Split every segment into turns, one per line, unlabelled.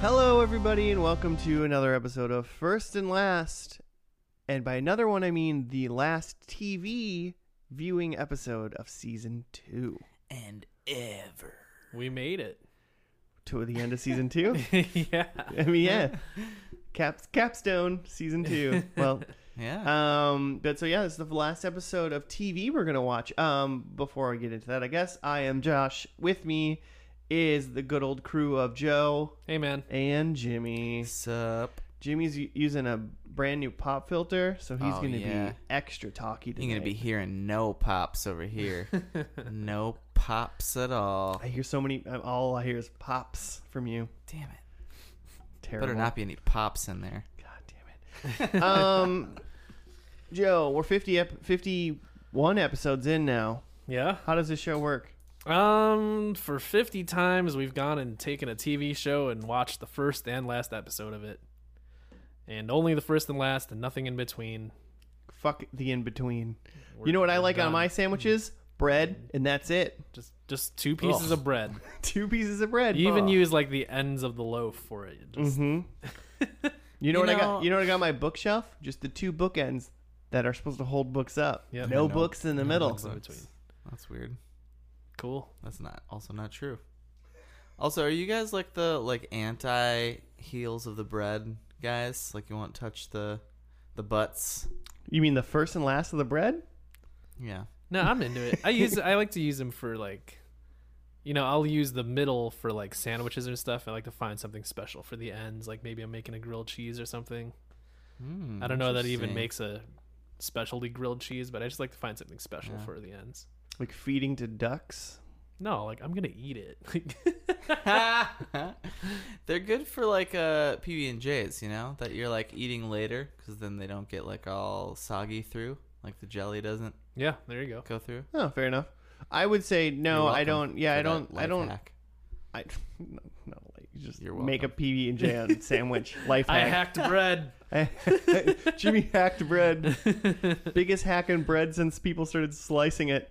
Hello, everybody, and welcome to another episode of First and Last. And by another one, I mean the last TV viewing episode of season two.
and ever.
We made it.
To the end of season two?
yeah.
I mean, yeah. Cap- capstone, season two. Well,
Yeah.
um, but so yeah, this is the last episode of TV we're going to watch. Um, before I get into that, I guess I am Josh. With me is the good old crew of Joe
Hey, man.
and Jimmy.
Sup?
Jimmy's u- using a brand new pop filter, so he's
Oh,
going to
yeah.
be extra talky today.
You're gonna be hearing no pops over here. no pops at all.
I hear so many. uh, All I hear is pops from you.
Damn it.
Terrible.
Better not be any pops in there.
God damn it. um, Joe, we're fifty ep- fifty-one episodes in now.
Yeah.
How does this show work?
Um, for 50 times, we've gone and taken a TV show and watched the first and last episode of it. And only the first and last, and nothing in between.
Fuck the in between.
We're-
You know what I
we're
like on
done.
my sandwiches? Bread, and that's it.
Just, just two pieces
Ugh.
of bread.
Two pieces of bread.
You even
Ugh.
use like the ends of the loaf for it. Just,
hmm you know
You
what I
know-
got? You know what I got on my bookshelf? Just the two bookends that are supposed to hold books up.
Yep.
Mm-hmm. No
No-
books in the
no
middle.
books
in
Sucks.
between.
That's weird.
Cool.
That's not also not true. Also, are you guys like the like anti heels of the bread guys? Like you won't touch the the butts?
You mean the first and last of the bread?
Yeah.
No, I'm into it. I use, I like to use them for like, you know, I'll use the middle for like sandwiches and stuff. I like to find something special for the ends. Like maybe I'm making a grilled cheese or something.
Hmm,
I don't know that it even
interesting.
makes a specialty grilled cheese, but I just like to find something special
Yeah.
for the ends.
Like feeding to ducks?
No, like I'm gonna eat it.
They're good for like uh, PB and J's, you know, that you're like eating later because then they don't get like all soggy through, like the jelly doesn't
yeah, there you go.
go through.
Oh, fair enough. I would say no.
You're
I
welcome
don't. Yeah,
for
I
that
don't. I
life
don't.
hack.
I no, no like you just
You're
make a PB and J on sandwich life
I
hack.
hacked bread.
Jimmy hacked bread. Biggest hack in bread since people started slicing it.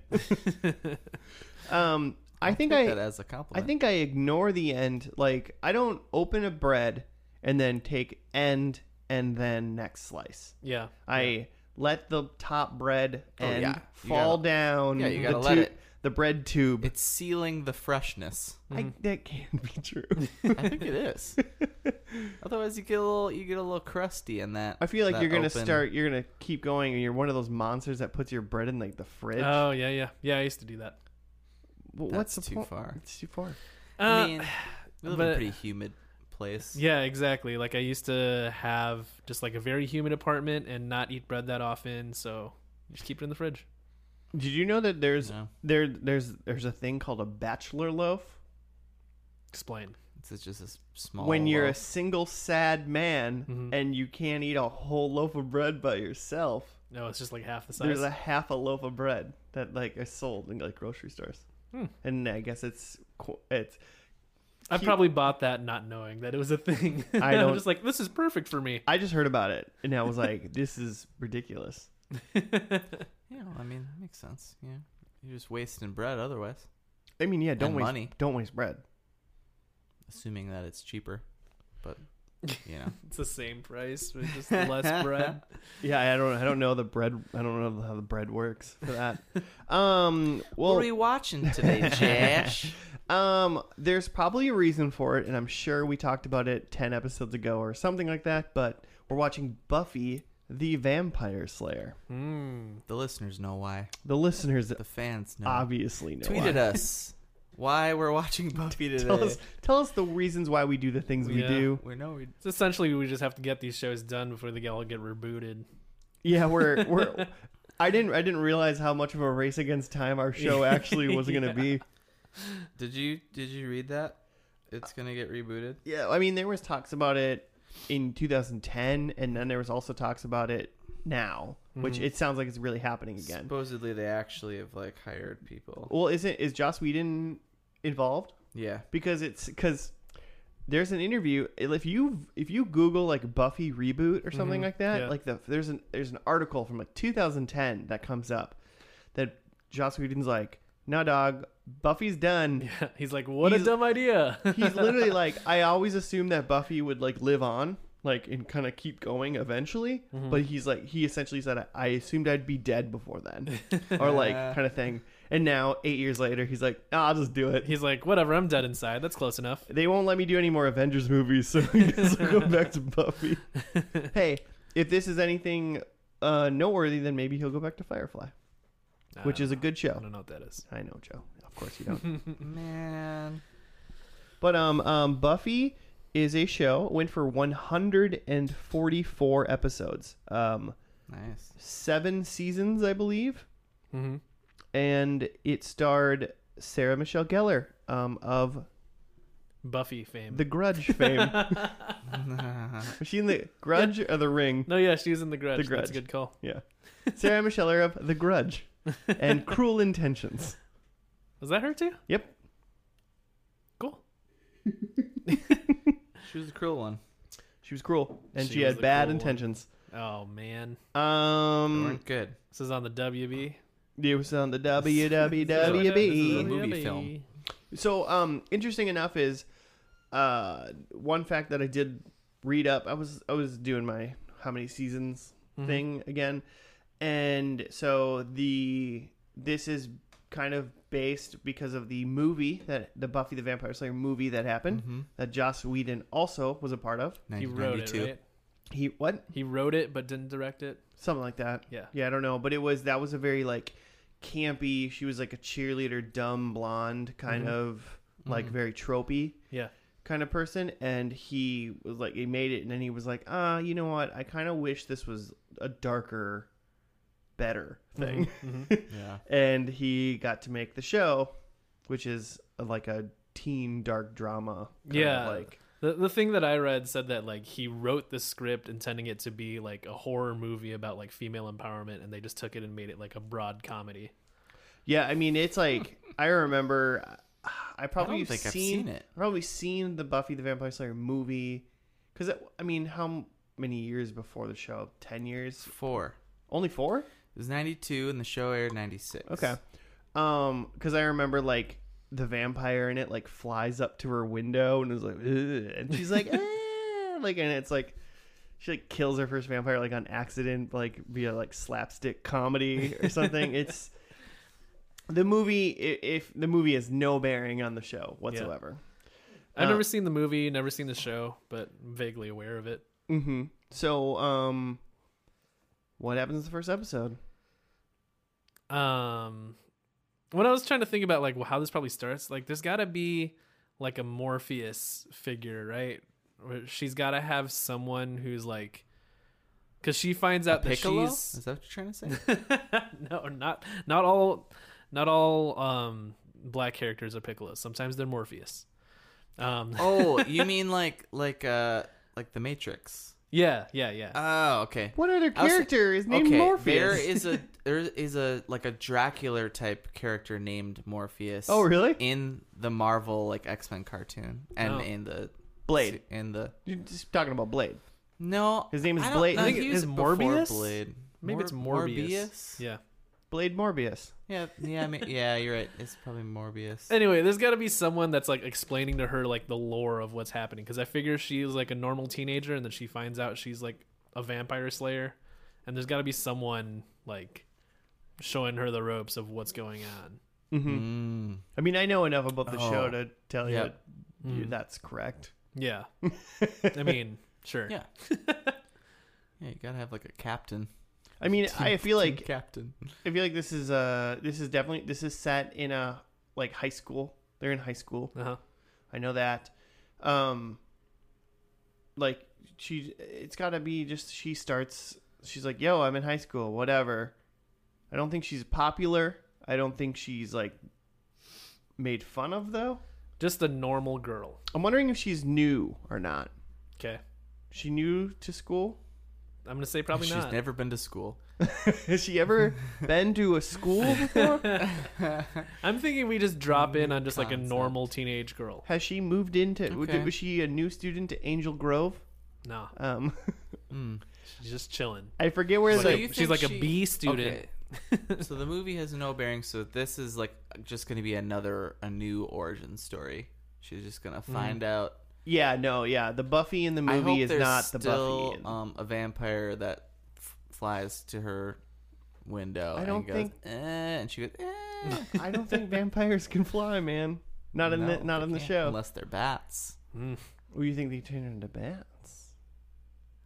um, I
I'll
think
take
I
that as a
I
compliment.
think I ignore the end. Like I don't open a bread and then take end and then next slice.
Yeah.
I let the top bread
Oh,
end
yeah. You
fall down.
yeah, you
the
gotta let
tu-
it- Mm-hmm.
The bread tube.
it's sealing the freshness.
I, that can't be true.
I think it is. Otherwise, you get a little you get a little crusty in that.
I feel like
that
you're gonna
open-
start. You're gonna keep going, and you're one of those monsters that puts your bread in like the fridge.
Oh yeah, yeah, yeah. I used to do that.
Well,
That's
what's the
too
point?
far.
It's too far.
I
Uh,
mean, we live in a
but-
pretty humid place.
yeah, exactly. Like I used to have just like a very humid apartment and not eat bread that often, so just keep it in the fridge.
Did you know that there's
You know,
there there's there's a thing called a bachelor loaf?
Explain.
it's just a s- small.
when you're a
loaf.
single sad man
Mhm.
and you can't eat a whole loaf of bread by yourself,
No, it's just like half the size.
there's a half a loaf of bread that like is sold in like grocery stores.
Hmm.
And I guess it's qu- it's
I
cute-
probably bought that not knowing that it was a thing.
I
I'm
don't-
just like this is perfect for me.
I just heard about it and I was like, this is ridiculous.
yeah, well, I mean, makes sense. Yeah, you're just wasting bread. Otherwise,
I mean, yeah, don't
And
waste
money.
don't waste bread.
assuming that it's cheaper, but you know,
It's the same price, but just less bread.
Yeah, I don't I don't know the bread I don't know how the bread works for that. um, well,
what are we watching today, Josh?
Um, there's probably a reason for it, and I'm sure we talked about it ten episodes ago or something like that. But we're watching Buffy the Vampire Slayer.
Mm.
the listeners know why.
The listeners
The fans know.
obviously know.
Tweeted
why.
us why we're watching Buffy today.
Tell us, tell us the reasons why we do the things we
Yeah.
do.
We know we
So essentially, we just have to get these shows done before they all get rebooted.
Yeah, we're we're. I didn't I didn't realize how much of a race against time our show actually was going to be.
Did you did you read that? It's gonna get rebooted.
Yeah, I mean there was talks about it in 2010, and then there was also talks about it now, which
Mhm.
it sounds like it's really happening again.
Supposedly they actually have like hired people.
Well, isn't is Joss Whedon involved?
Yeah.
Because it's because there's an interview. If you if you Google like Buffy reboot or something
Mhm,
like that,
yeah.
like the there's an there's an article from like 2010 that comes up that Joss Whedon's like, "No, dog, Buffy's done.
Yeah, he's like, what a
He's-
dumb idea.
He's literally like, I always assumed that Buffy would like live on, like and kind of keep going eventually. But he's like, he essentially said, I assumed I'd be dead before then, or like
Yeah.
kind of thing. And now eight years later, he's like, "Ah, I'll just do it.
he's like, whatever, I'm dead inside. That's close enough.
they won't let me do any more Avengers movies, so I guess I'll go back to Buffy. hey, if this is anything uh, noteworthy, then maybe he'll go back to Firefly,
I
which
don't
is a
know.
good
I
show.
don't know what that is.
I know, Joe. Of course you don't.
Man.
but um, um, Buffy is a show went for 144 episodes, um,
Nice.
seven seasons, I believe,
Mm-hmm.
and it starred Sarah Michelle Gellar um, of
Buffy fame.
The Grudge fame. Was she in The Grudge or The Ring?
no, yeah, she was in the
The
Grudge. That's a
Grudge.
good call.
Yeah. Sarah Michelle Gellar of The Grudge and Cruel Intentions.
Was that her too?
Yep.
Cool.
she was a cruel one.
She was cruel and she,
She was
had
the
bad
cruel one.
intentions.
Oh man,
They
Um,
weren't good.
this is on the WB.
it was on the
This is
WWWB.
a- movie film.
So, um, interesting enough is, uh, one fact that I did read up. I was I was doing my how many seasons
Mm-hmm.
thing again, and so the this is kind of based because of the movie that the Buffy the Vampire Slayer movie that happened
Mm-hmm.
that Joss Whedon also was a part of.
He wrote it,
1992.
right?
He what
He wrote it but didn't direct it.
something like that.
Yeah.
Yeah, I don't know, but it was that was a very like campy. She was like a cheerleader, dumb blonde kind of like
Mm-hmm.
very tropey
Mm-hmm. Yeah.
kind of person, and he was like he made it, and then he was like, ah, you know what? I kind of wish this was a darker, better
Mm-hmm.
thing,
Yeah.
and he got to make the show, which is uh, like a teen dark drama. kind of,
Yeah.
like
The the thing that I read said that like he wrote the script intending it to be like a horror movie about like female empowerment and they just took it and made it like a broad comedy.
Yeah, I mean, it's like I remember. I probably
I don't
have
think I've
seen,
seen it.
I've Probably seen the Buffy the Vampire Slayer movie, because I mean, how many years before the show? Ten years?
Four.
Only four?
It was 92 and the show aired 96.
Okay. Um, because I remember like the vampire in it like flies up to her window and is like, "Ugh," and she's like, "Ah," like, and it's like. She like kills her first vampire like on accident, like via like slapstick comedy or something. it's the movie. i- If the movie has no bearing on the show whatsoever.
I've
Uh,
never seen the movie, never seen the show, but vaguely aware of it.
Mm-hmm. So, um, what happens in the first episode?
Um when I was trying to think about like how this probably starts, like there's got to be like a Morpheus figure, right? Where she's got to have someone who's like cuz she finds out that
Piccolo?
she's
Is that what you're trying to say?
no, not not all not all um black characters are Piccolos. Sometimes they're Morpheus. Um
oh, you mean like like uh like the Matrix?
yeah, yeah, yeah.
Oh, okay.
What other
I was-
character is named
okay,
Morpheus?
There is a there is a like a Dracula type character named Morpheus.
oh, really?
In the Marvel like X Men cartoon and
Oh.
in the
Blade.
in the
You're just talking about Blade.
no
His name is
I don't-
Blade.
no,
I think
he
it
was
is
before
Morbius?
Blade.
Maybe it's
Mor-
Morbius.
Morbius.
yeah.
Blade Morbius.
Yeah, yeah, I mean, yeah. You're right. It's probably Morbius.
Anyway, there's got to be someone that's like explaining to her like the lore of what's happening because I figure she's like a normal teenager and then she finds out she's like a vampire slayer, and there's got to be someone like showing her the ropes of what's going on.
Mm-hmm.
Mm.
I mean, I know enough about the
Oh.
show to tell you
Yep. Mm.
that you- that's correct.
Mm. Yeah, I mean, sure.
Yeah. yeah, you gotta have like a captain.
I mean, I feel
Team
like
captain.
I feel like this is uh this is definitely this is set in a like high school. They're in high school.
Uh-huh.
I know that. Um, like she, it's got to be just she starts. She's like, "Yo, I'm in high school. Whatever." I don't think she's popular. I don't think she's like made fun of though.
Just a normal girl.
I'm wondering if she's new or not.
Okay,
She new to school?
I'm gonna say probably
She's
not.
never been to school.
Has she ever been to a school before?
I'm thinking we just drop in on just like a
concept.
normal teenage girl.
Has she moved into?
Okay.
Was she a new student to Angel Grove?
Nah,
Um,
Mm. Hmm.
she's just chilling.
I forget where
So
the
you
she's
think
like a
she-
B student.
Okay. so the movie has no bearing. So this is like just going to be another a new origin story. She's just going to find out.
Yeah, no, yeah. The Buffy in the
I hope
movie is
there's
not the
still
Buffy. in-
um, a vampire that f- flies to her window.
I don't
and goes,
think-
eh, and she goes. Eh.
I don't think vampires can fly, man. Not in
No,
the not
they
in the
can't,
show.
unless they're bats.
Mm.
Well, you think they turn into bats?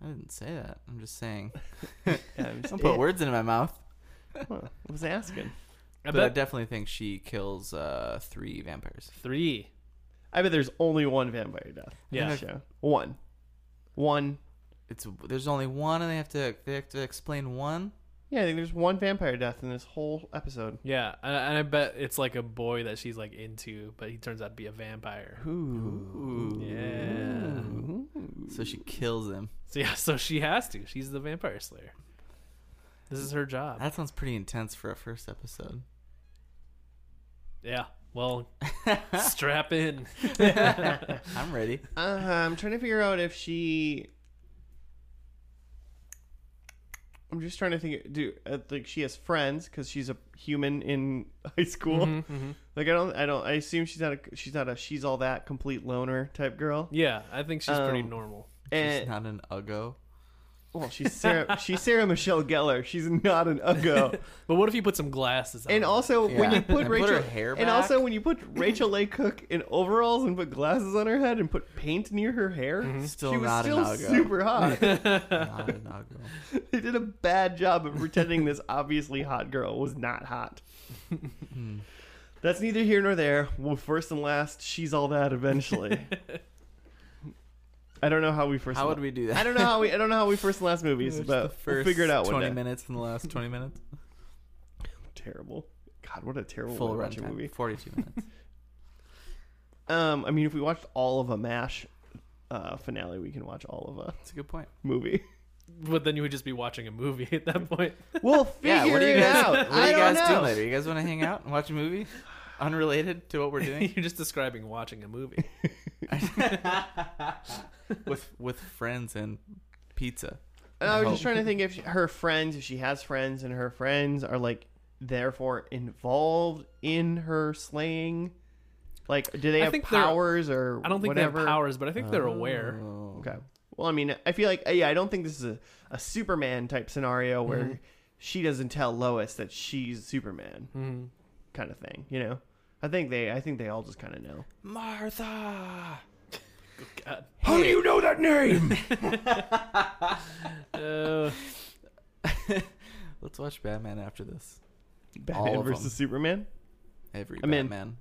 I didn't say that. I'm just saying.
Yeah, I'm just-
Don't put words into my mouth.
Huh, I was asking.
I
but I
bet
definitely think she kills uh, three vampires.
three.
I bet there's only one vampire death. in
Yeah.
the show. one, one.
It's there's only one, and they have to they have to explain one.
Yeah, I think there's one vampire death in this whole episode.
Yeah, and and I bet it's like a boy that she's like into, but he turns out to be a vampire.
Ooh.
Yeah.
So she kills him.
So yeah, so she has to. She's the vampire slayer. This is her job.
That sounds pretty intense for a first episode.
Yeah. Well, strap in.
I'm ready.
Uh, I'm trying to figure out if she. I'm just trying to think. Do uh, like she has friends because she's a human in high school.
Mhm, mhm.
Like I don't, I don't. I assume she's not a she's not a she's all that complete loner type girl.
Yeah, I think she's pretty
Um,
normal.
She's
And
not an uggo.
well, she's Sarah. she's Sarah Michelle Gellar. She's not an uggo.
But what if you put some glasses on?
And
her?
also when
Yeah.
you put
And
Rachel
put her hair
and
back.
also when you put Rachel A. Cook in overalls and put glasses on her head and put paint near her hair,
Mm-hmm. Still
she was
not an
still
uggo.
super hot. they
Not an uggo.
did a bad job of pretending this obviously hot girl was not hot. That's neither here nor there. Well, first and last, she's all that eventually. I don't know how we first.
How
and
would we do that?
I don't know how we I don't know how we first and last movies,
Just
but
the
we'll figure it out one
Twenty
day.
minutes in the last twenty minutes.
Terrible. God, what a terrible
Full
way to watch a movie.
runtime. Forty-two minutes.
Um, I mean, if we watched all of a Mash uh, finale, we can watch all of a
That's a good point.
movie.
but then you would just be watching a movie at that point.
We'll figure
yeah. What do you
it
guys?
out.
What do
I
you
don't
guys
know.
do later? You guys want to hang out and watch a movie, unrelated to what we're doing,
You're just describing watching a movie.
with with friends and pizza.
And I was just
Oh.
trying to think if she, her friends, if she has friends, and her friends are like therefore involved in her slaying. Like, do they
I
have
think they're-
powers or
I don't think
whatever?
they have powers, but I think they're aware.
Oh.
Okay. Well, I mean, I feel like yeah, I don't think this is a, a Superman type scenario where
Mm-hmm.
she doesn't tell Lois that she's Superman,
Mhm.
kind of thing. You know, I think they, I think they all just kind of know.
Martha.
God.
How do you know that name?
Uh,
Let's watch Batman after this. All
Batman
of
versus
them.
Superman.
Every
I'm in.
Batman.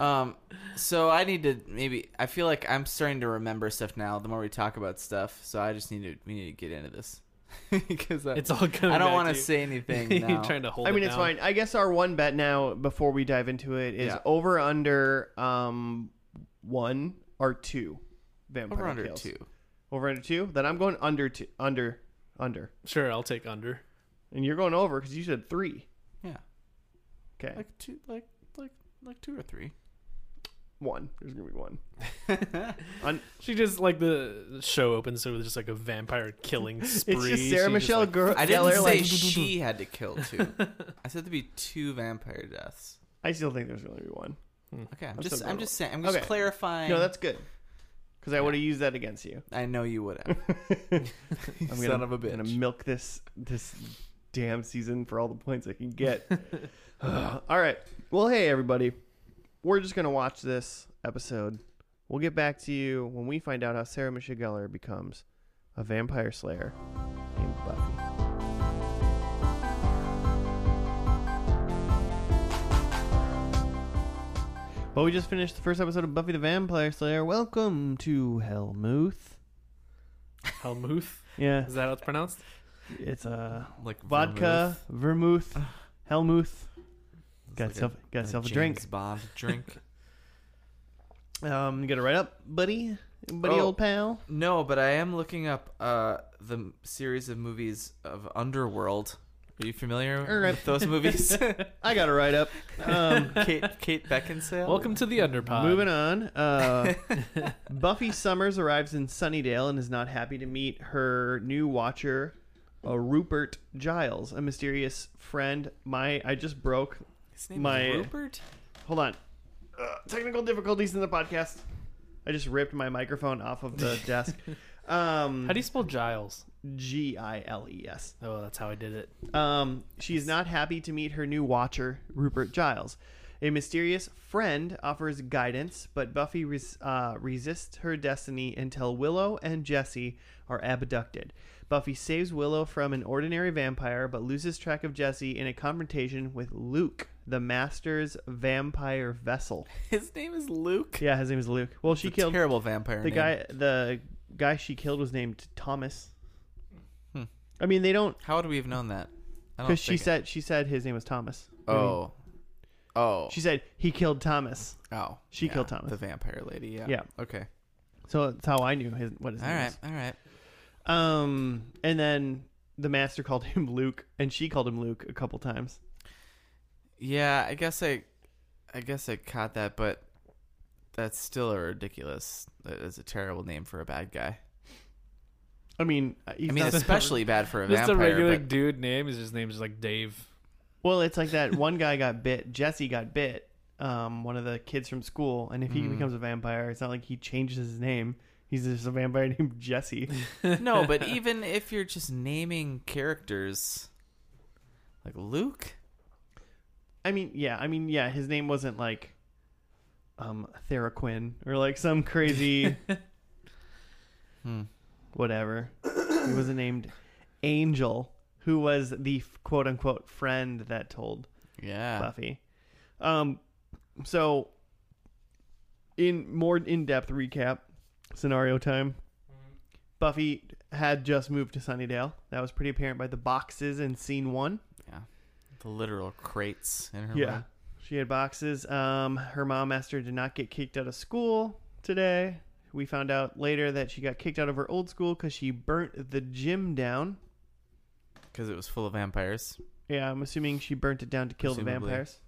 um, so I need to maybe. I feel like I'm starting to remember stuff now. The more we talk about stuff, so I just need to. We need to get into this because I,
it's all coming.
I don't
want
to say anything now.
You're trying to hold.
I
it
mean, it's
down.
fine. I guess our one bet now before we dive into it is
Yeah.
over under um one or two vampire
Over under
kills.
two.
Over under two. Then I'm going under two, under under,
Sure, I'll take under.
and you're going over because you said three.
Yeah,
Okay,
like two, like like like two or three.
one. There's gonna be one.
She just like the show opens, so there's just like a vampire killing spree.
It's just
She
Sarah Michelle
like-
Gellar.
I didn't say
like,
she had to kill two. I said there'd be two vampire deaths.
I still think there's going to be one.
Okay, I'm,
I'm
just
so
I'm
good.
just saying I'm just
Okay.
clarifying.
No, that's good. Because I would have used that against you.
I know you would have.
I'm
Son
gonna,
of a bitch.
I'm gonna milk this this damn season for all the points I can get. all right. Well, hey everybody, we're just gonna watch this episode. We'll get back to you when we find out how Sarah Michelle Gellar becomes a vampire slayer named Buffy. Well, we just finished the first episode of Buffy the Vampire Slayer. Welcome to Hellmouth.
Helmuth.
Yeah,
Is that how it's pronounced?
it's uh, a
like
vodka, vermouth, Hellmouth.
vermouth.
Got
It's
yourself,
like
got
a
yourself a
James
drink.
Bond drink.
Um, you gotta write up, buddy, buddy,
Oh.
old pal.
no, but I am looking up uh the m- series of movies of Underworld. Are you familiar
Alright.
with those movies?
I gotta write up. Um,
Kate Kate Beckinsale.
Welcome to the Underpod.
moving on. Uh, Buffy Summers arrives in Sunnydale and is not happy to meet her new watcher, uh, Rupert Giles, a mysterious friend. My I just broke.
His name
My-
is Rupert.
Hold on. Uh, technical difficulties in the podcast. I just ripped my microphone off of the desk. Um,
How do you spell Giles?
G I L E S.
Oh, that's how I did it.
Um, she's not happy to meet her new watcher, Rupert Giles. A mysterious friend offers guidance, but Buffy res- uh, resists her destiny until Willow and Jesse are abducted. Buffy saves Willow from an ordinary vampire, but loses track of Jesse in a confrontation with Luke, the Master's vampire vessel.
His name is Luke.
Yeah, his name is Luke. Well, she
It's a
killed
terrible vampire.
the
name.
guy. The guy she killed was named Thomas.
Hmm.
I mean, they don't
How would we have known that? I don't
because she
think-
said she said his name was Thomas.
Oh. Oh.
She said he killed Thomas.
oh.
she
yeah,
killed Thomas.
The vampire lady. Yeah.
Yeah.
Okay.
So that's how I knew his what his
All
name
right.
is.
All right.
Um, and then the master called him Luke, and she called him Luke a couple times.
Yeah. I guess I, I guess I caught that, but that's still a ridiculous. That is a terrible name for a bad guy.
I mean, uh, he's
I mean,
not-
especially bad for a
Just a
vampire.
regular
but-
dude name. His name's just like Dave.
well, it's like that one guy got bit. Jesse got bit. Um, one of the kids from school, and if
Mm.
he becomes a vampire, it's not like he changes his name. He's just a vampire named Jesse.
no, but even if you're just naming characters, like Luke.
I mean, yeah, I mean, yeah, his name wasn't like um Theraquin or like some crazy
Hmm.
whatever. He was named Angel, who was the quote unquote friend that told
Yeah.
Buffy. Um, so in more in depth recap scenario time, Buffy had just moved to Sunnydale. That was pretty apparent by the boxes in scene one.
The literal crates in her.
Yeah.
room.
She had boxes. Um, her mom asked her to not get kicked out of school today. We found out later that she got kicked out of her old school because she burnt the gym down.
Because it was full of vampires.
Yeah, I'm assuming she burnt it down to kill the
Presumably.
vampires.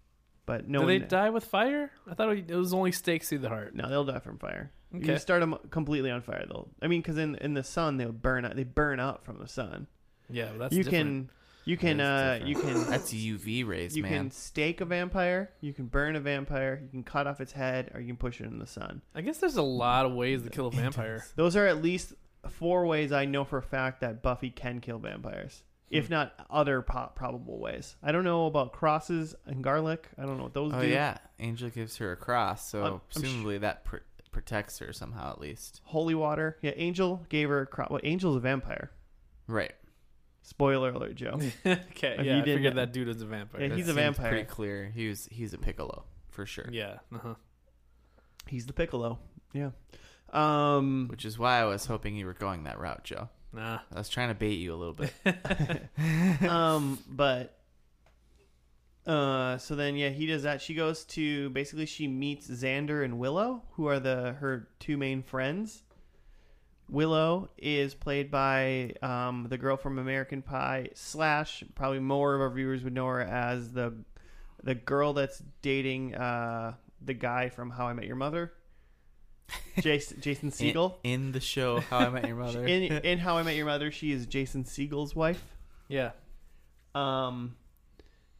But no
do
one.
they die with fire? I thought it was only stakes through the heart.
no, they'll die from fire. You
Okay.
start them completely on fire. They'll. I mean, because in in the sun they'll burn. out- They burn out from the sun.
Yeah, well, that's
you
different.
can. You can. Uh,
That's
you
different.
can.
That's UV rays,
You
man.
can stake a vampire. You can burn a vampire. You can cut off its head, or you can push it in the sun.
I guess there's a lot of ways to kill a vampire.
Those are at least four ways I know for a fact that Buffy can kill vampires,
Hmm.
if not other po- probable ways. I don't know about crosses and garlic. I don't know what those
Oh
do.
yeah, Angel gives her a cross, so
I'm- I'm sh-
presumably that pr- protects her somehow at least.
Holy water. Yeah, Angel gave her a cro- well, Angel's a vampire.
Right.
Spoiler alert, Joe. If
okay,
you
yeah, I
didn't-
figured that dude was a vampire.
Yeah,
That
he's a
seems
vampire.
Pretty clear. He was he's a piccolo for sure.
Yeah, uh-huh.
He's the Piccolo. Yeah. Um,
Which is why I was hoping you were going that route, Joe.
Nah.
I was trying to bait you a little bit.
um, but uh, so then yeah, he does that. She goes to basically she meets Xander and Willow, who are the her two main friends. Willow is played by um, the girl from American Pie slash probably more of our viewers would know her as the the girl that's dating uh, the guy from How I Met Your Mother, Jason Jason
In-
Siegel.
in, the show How I Met Your Mother.
In, in How I Met Your Mother, she is Jason Siegel's wife.
Yeah.
Um,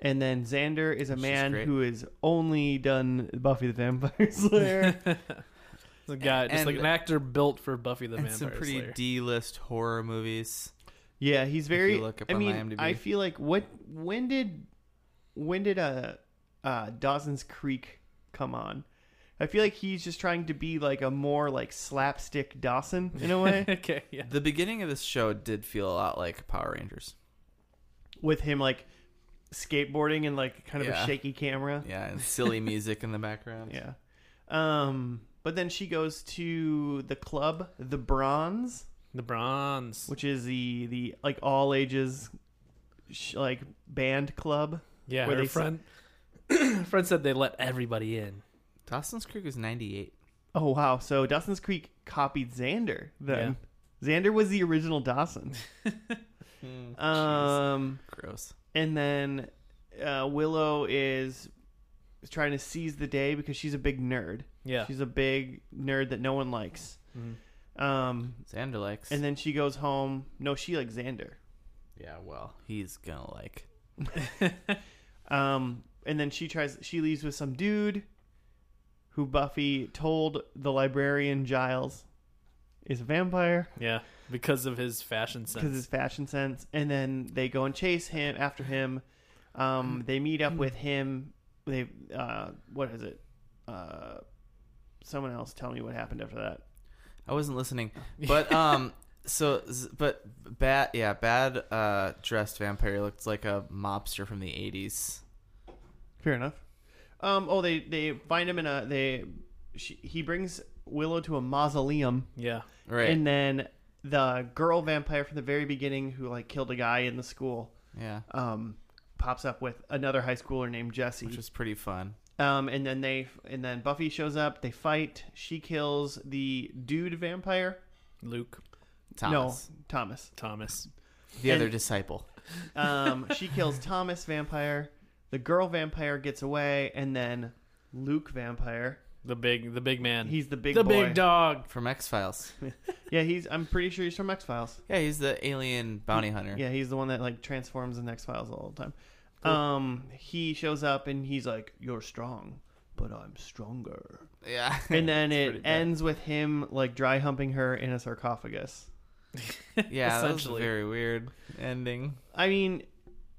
and then Xander is a
She's
man
great.
who has only done Buffy the Vampire Slayer.
It's a guy, just
And-
like an actor built for Buffy the
and
Vampire
some pretty
Slayer.
D-list horror movies.
yeah, he's very.
you look up
I
on
mean,
IMDb.
I feel like what when did when did uh uh Dawson's Creek come on? I feel like he's just trying to be like a more like slapstick Dawson in a way,
okay, yeah.
The beginning of this show did feel a lot like Power Rangers.
with him like skateboarding and like kind of
Yeah.
a shaky camera.
Yeah, and silly music in the background.
Yeah. Um, but then she goes to the club, the Bronze.
The bronze.
which is the the like all ages sh- like band club.
yeah,
where
her
they s-
friend, friend said they let everybody in.
Dawson's Creek was 98.
Oh wow! So Dawson's Creek copied Xander. Then Xander was the original Dawson. um,
Gross.
and then uh, Willow is is trying to seize the day because she's a big nerd.
Yeah.
She's a big nerd that no one likes. Um,
Xander likes.
and then she goes home. No, she likes Xander.
Yeah, well, he's gonna like.
Um, and then she tries. She leaves with some dude, who Buffy told the librarian Giles is a vampire
Yeah, because of his fashion
because
sense.
his fashion sense. And then they go and chase him after him. Um, they meet up with him. They uh, what is it? Uh, someone else tell me what happened after that.
I wasn't listening, but um, so z- but bad, yeah, bad uh dressed vampire looked like a mobster from the '80s.
Fair enough. Um, oh, they they find him in a they. She, he brings Willow to a mausoleum,
Yeah,
Right.
and then the girl vampire from the very beginning, who like killed a guy in the school,
yeah,
um, pops up with another high schooler named Jesse.
which was pretty fun.
Um, and then they and then Buffy shows up. They fight. She kills the dude vampire.
Luke
Thomas,
No, Thomas.
Thomas.
the other
and-
disciple.
Um, she kills Thomas vampire. The girl vampire gets away, and then Luke vampire.
The big, the big man.
He's the big
the
boy.
big dog.
from X Files.
Yeah, he's. I'm pretty sure he's from X Files.
Yeah, he's the alien bounty hunter.
Yeah, he's the one that like transforms in X Files all the time. Um, he shows up and he's like, "You're strong, but I'm stronger."
Yeah.
And then
It's
it
pretty bad.
ends with him like dry humping her in a sarcophagus.
yeah, that was a
essentially.
very weird ending.
I mean,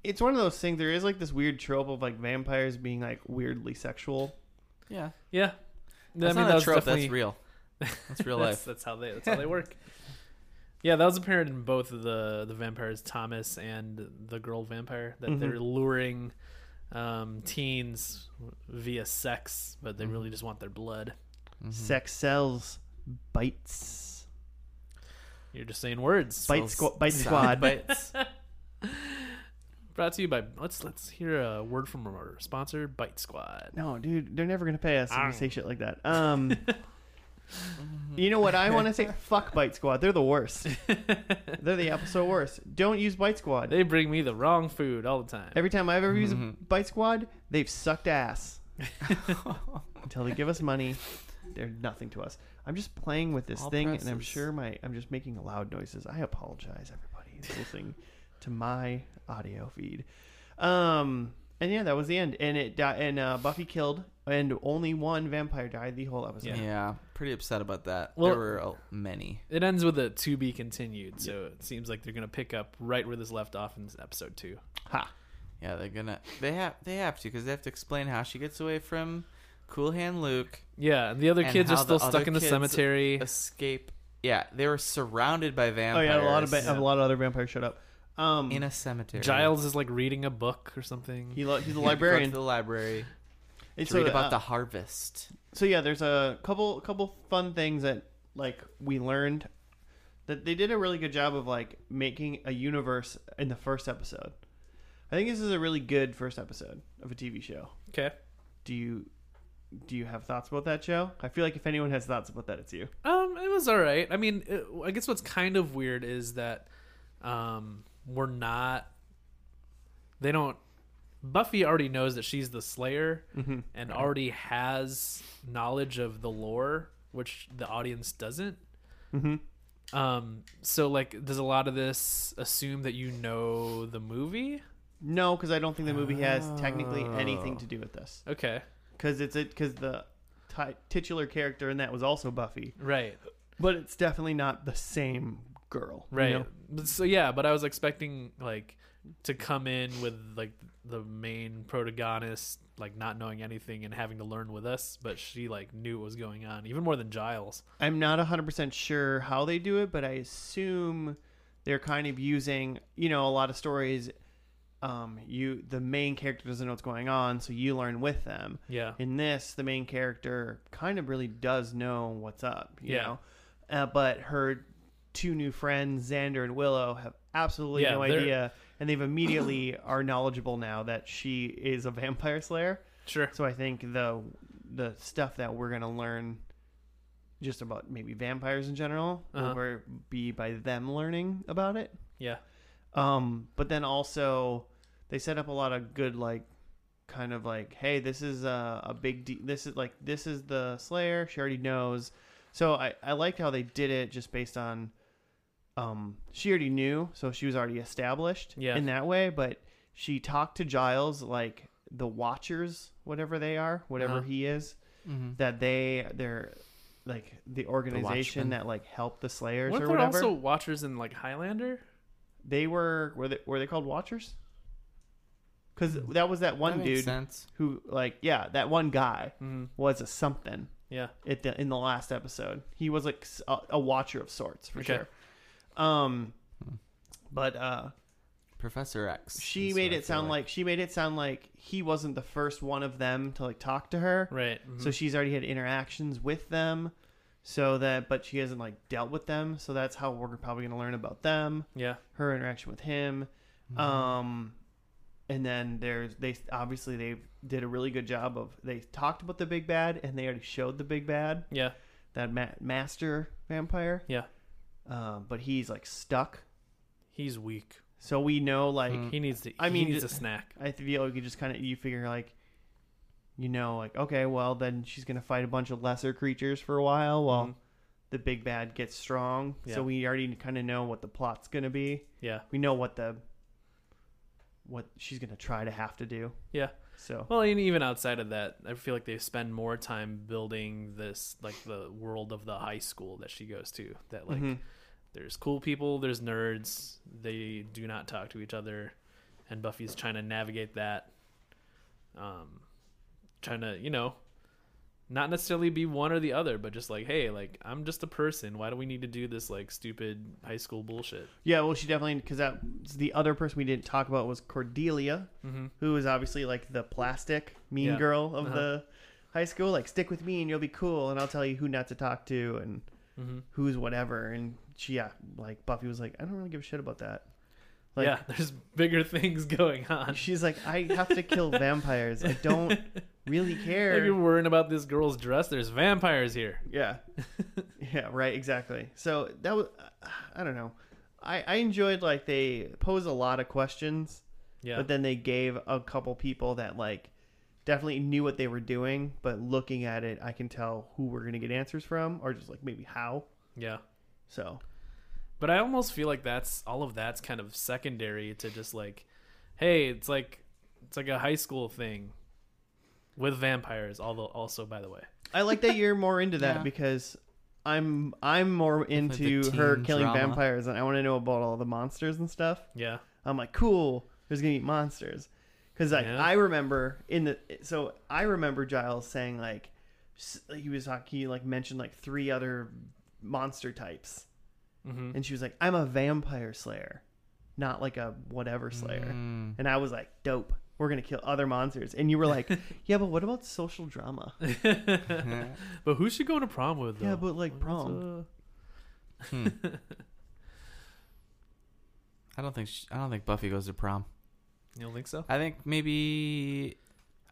it's one of those things. There is like this weird trope of like vampires being like weirdly sexual.
Yeah,
Yeah,
that's
I mean,
not
that
a
was
trope.
definitely-
That's real. That's real
that's,
life.
That's how they. That's how they work. Yeah, that was apparent in both of the the vampires, Thomas and the girl vampire, that
Mm-hmm.
they're luring um, teens via sex, but
Mm-hmm.
they really just want their blood.
Mm-hmm.
Sex sells. Bites.
You're just saying words.
Bite,
Sells-
squa- bite
sound
squad.
bites.
Brought to you by. Let's let's hear a word from our sponsor, Bite Squad.
No, dude, they're never gonna pay us if we say shit like that. Um,
Mm-hmm.
you know what I want to say? Fuck Bite Squad. They're the worst. they're the episode worst. Don't use Bite Squad.
They bring me the wrong food all the time.
Every time I've ever used
Mm-hmm.
a Bite Squad, they've sucked ass until they give us money. They're nothing to us. I'm just playing with this
All
thing, and I'm
presses.
sure my I'm just making loud noises. I apologize, everybody who's listening to my audio feed. Um, and yeah, that was the end. And it di- and uh, Buffy killed, and only one vampire died the whole episode.
Yeah. pretty upset about that.
Well-
there were uh, many.
It ends with a to be continued, so it seems like they're gonna pick up right where this left off in this episode two.
Ha.
Yeah, they're gonna. They have. They have to because they have to explain how she gets away from Cool Hand Luke.
Yeah, and the other
And
kids are
how the
still
other
stuck in the
kids-
cemetery.
Escape. Yeah, they were surrounded by
Oh
vampires.
yeah, a lot of
Vampires.
va- a lot of other vampires showed up. Um,
in a cemetery.
Giles is like reading a book or something.
he lo- he's a
He had to go
librarian.
to the library
And
to read about
uh,
the harvest.
so yeah, there's a couple couple fun things that like we learned that they did a really good job of like making a universe in the first episode. I think this is a really good first episode of a TV show.
okay.
Do you do you have thoughts about that show? I feel like if anyone has thoughts about that, it's you.
Um, it was all right. I mean, it, I guess what's kind of weird is that um, we're not. They don't. Buffy already knows that she's the Slayer
Mm-hmm.
and already has knowledge of the lore, which the audience doesn't.
Mm-hmm.
Um, so like, does a lot of this assume that you know the movie?
No, because I don't think the movie has technically anything to do with this.
Okay,
Because it's it because the ti titular character in that was also Buffy,
right.
but it's definitely not the same girl. you
right
know?
But so yeah but i was expecting like to come in with like the main protagonist like not knowing anything and having to learn with us but she like knew what was going on even more than giles
I'm not 100% sure how they do it, but I assume they're kind of using, you know, a lot of stories um you the main character doesn't know what's going on, so you learn with them.
yeah
In this, the main character kind of really does know what's up, you
Yeah.
know. Uh, but her two new friends, Xander and Willow, have absolutely
Yeah,
no
they're-
idea and they've immediately are knowledgeable now that she is a vampire slayer.
sure
So I think the the stuff that we're gonna learn just about maybe vampires in general
Uh-huh.
will were- be by them learning about it.
yeah
Um, but then also they set up a lot of good like kind of like hey this is a, a big de- this is like this is the slayer she already knows so i i liked how they did it just based on um, she already knew, so she was already established
Yeah.
in that way. But she talked to Giles like the Watchers, whatever they are, whatever
Uh-huh.
he is,
Mhm.
that they they're like the organization that like helped the Slayers
Weren't
or
there
whatever.
also Watchers in like Highlander?
They were were they were they called Watchers? Because that was that one
That makes
dude
sense.
who like yeah that one guy
Mhm.
was a something
Yeah.
at the in the last episode. He was like s- a, a watcher of sorts for
Okay. Hmm.
sure. Um, but uh,
Professor X.
she
is
made
what I
it
feel
sound like. she made it sound like he wasn't the first one of them to like talk to her.
Right. Mhm.
Mm-hmm.
So she's already had interactions with them. So that, but she hasn't like dealt with them. So that's how we're probably going to learn about them
yeah.
her interaction with him.
Mm-hmm.
Um, and then there's they obviously they did a really good job of they talked about the big bad and they already showed the big bad
Yeah.
that ma- master vampire.
Yeah.
Um, but he's like stuck,
He's weak.
so we know like
Mm.
He needs to.
I
he
mean,
needs a
th-
snack.
I feel like you just kind of you figure like. You know, like okay, well then she's gonna fight a bunch of lesser creatures for a while while
Mhm.
the big bad gets strong.
Yeah.
So we already kind of know what the plot's gonna be.
Yeah.
we know what the what she's gonna try to have to do.
Yeah.
So
Well, and even outside of that, I feel like they spend more time building this, like the world of the high school that she goes to. That like,
Mhm.
there's cool people, there's nerds. They do not talk to each other, and Buffy's trying to navigate that. Um, trying to you know, not necessarily be one or the other, but just like, hey, like I'm just a person. Why do we need to do this like stupid high school bullshit?
yeah, well, she definitely because that the other person we didn't talk about was Cordelia, who is obviously like the plastic mean
Mm-hmm. Yeah. Uh-huh.
girl of the high school. Like, stick with me and you'll be cool, and I'll tell you who not to talk to and
Mm-hmm.
who's whatever. And she, yeah, like Buffy was like, I don't really give a shit about that. Like,
yeah, there's bigger things going on.
she's like, I have to kill vampires. I don't really care.
Like you're worrying about this girl's dress. There's vampires here.
Yeah. yeah, right, exactly. So that was I don't know. I I enjoyed like they pose a lot of questions,
Yeah.
but then they gave a couple people that like definitely knew what they were doing, but looking at it, I can tell who we're going to get answers from or just like maybe how.
yeah.
So,
But I almost feel like that's all of that's kind of secondary to just like, hey, it's like it's like a high school thing with vampires. Although also by the way,
I like that you're more into that
Yeah.
because I'm I'm more into
teen
her killing
drama.
vampires and I want to know about all the monsters and stuff.
yeah,
I'm like, cool. There's gonna be monsters, because like
Yeah.
I remember in the so I remember Giles saying like s- he was talking he like mentioned like three other monster types,
Mhm.
and she was like, I'm a vampire slayer, not like a whatever slayer,
Mm.
and I was like, dope. We're gonna kill other monsters, and you were like, "Yeah, but what about social drama?
Mm.
but who should go to prom with? Though?
Yeah, but like prom.
I don't think she, I don't think Buffy goes to prom.
you don't think so?
I think maybe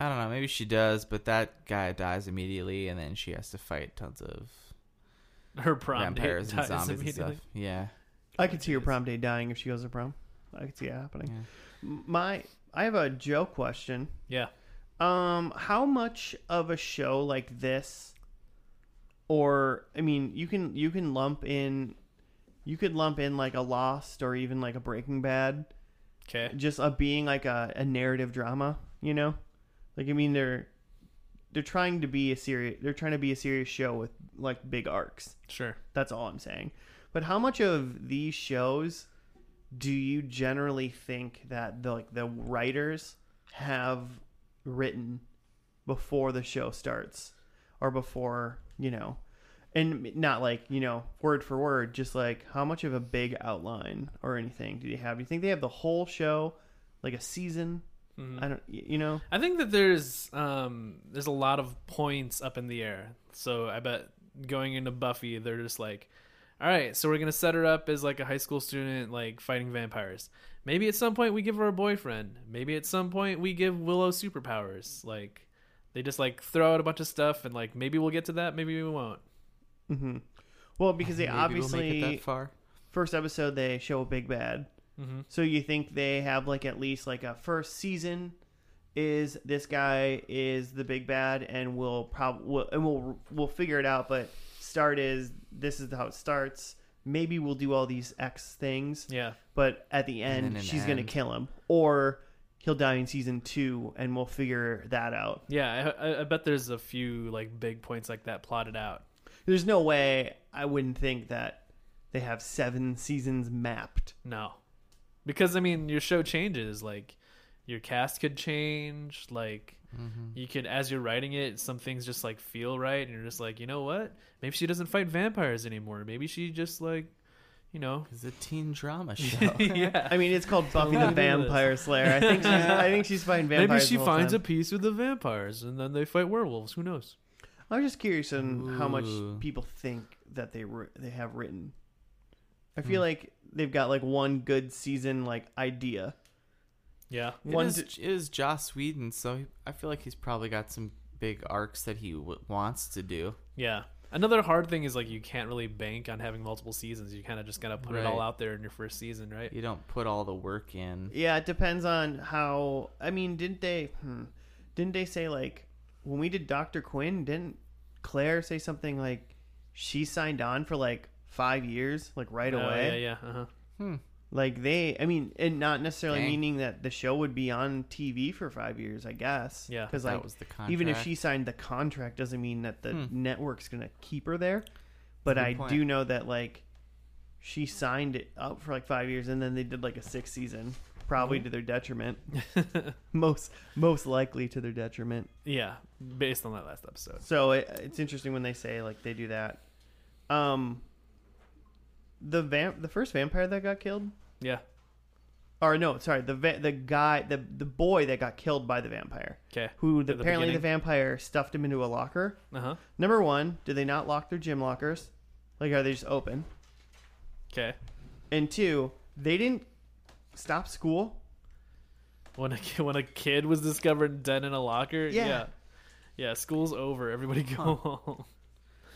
I don't know. Maybe she does, but that guy dies immediately, and then she has to fight tons of
Her prom
vampires
date
and
dies
zombies and
immediately.
stuff. Yeah,
I could see your prom day dying if she goes to prom. I could see it happening.
Yeah.
M- My, I have a Joe question.
Yeah,
Um, how much of a show like this, or I mean, you can you can lump in, you could lump in like a Lost or even like a Breaking Bad,
okay.
just a being like a, a narrative drama. You know, like I mean, they're they're trying to be a serious they're trying to be a serious show with like big arcs.
Sure.
That's all I'm saying. But how much of these shows do you generally think that the like the writers have written before the show starts or before, you know, and not like, you know, word for word, just like how much of a big outline or anything do you have? Do you think they have the whole show like a season?
Mm-hmm.
I don't y- you know.
I think that there's um there's a lot of points up in the air. So I bet going into Buffy, they're just like, all right, so we're gonna set her up as like a high school student, like fighting vampires. Maybe at some point we give her a boyfriend. Maybe at some point we give Willow superpowers. Like they just like throw out a bunch of stuff and like maybe we'll get to that, maybe we won't.
Mhm. Well, because they
Maybe
obviously
we'll make it that far.
first episode they show a big bad.
Mhm.
So you think they have like at least like a first season is this guy is the big bad and we'll probably we'll, and we'll we'll figure it out but start is this is how it starts maybe we'll do all these X things,
Yeah.
but at the
And
end
then in
she's
the
gonna
end-
kill him, or he'll die in season two, and we'll figure that out.
Yeah. I- I, I bet there's a few like big points like that plotted out.
There's no way I wouldn't think that they have seven seasons mapped.
No. Because I mean, your show changes like your cast could change, like you could as you're writing it, some things just like feel right and you're just like, "You know what? Maybe she doesn't fight vampires anymore. Maybe she just like, you know,
It's a teen drama show.
yeah.
I mean, it's called Buffy
we
the
do this.
Vampire Slayer. I think she's, I think she's fighting vampires.
Maybe she finds a peace with the vampires and then they fight werewolves, who knows?
a. I'm just curious on how much
Ooh.
people think that they wri- they have written. I feel
Hmm.
like they've got like one good season like idea.
Yeah.
One
One is,
d-
it is Joss Whedon, so he- I feel like he's probably got some big arcs that he w- wants to do.
Yeah. Another hard thing is like you can't really bank on having multiple seasons. You kind of just got to put it all
Right.
out there in your first season, right?
You don't put all the work in.
Yeah, it depends on how. I mean, didn't they? Hmm, didn't they say like when we did Doctor Quinn? Didn't Claire say something like she signed on for like five years, like right
Oh,
away?
yeah, yeah. Uh-huh.
Like they, I mean, and not necessarily
Dang.
meaning that the show would be on TV for five years. I guess.
Yeah.
because
That
like
was the
even if
contract. Hmm.
she signed the contract, doesn't mean that the network's gonna keep her there. But
Good
I
point.
do know that like she signed it up for like five years, and then they did like a sixth season,
Mm-hmm.
probably to their detriment. most most likely to their detriment.
uh-huh. Yeah, based on that last episode.
So it, it's interesting when they say like they do that. Um, the vamp, the first vampire that got killed,
Yeah.
or no, sorry, the va- the guy, the the boy that got killed by the vampire,
Okay.
who
the
apparently the
beginning?
vampire stuffed him into a locker.
Uh
Uh-huh.
huh.
Number one, do they not lock their gym lockers? Like, are they just open?
Okay.
And two, they didn't stop school.
When a ki- when a kid was discovered dead in a locker.
Yeah.
Yeah. Yeah. school's over. Everybody go home.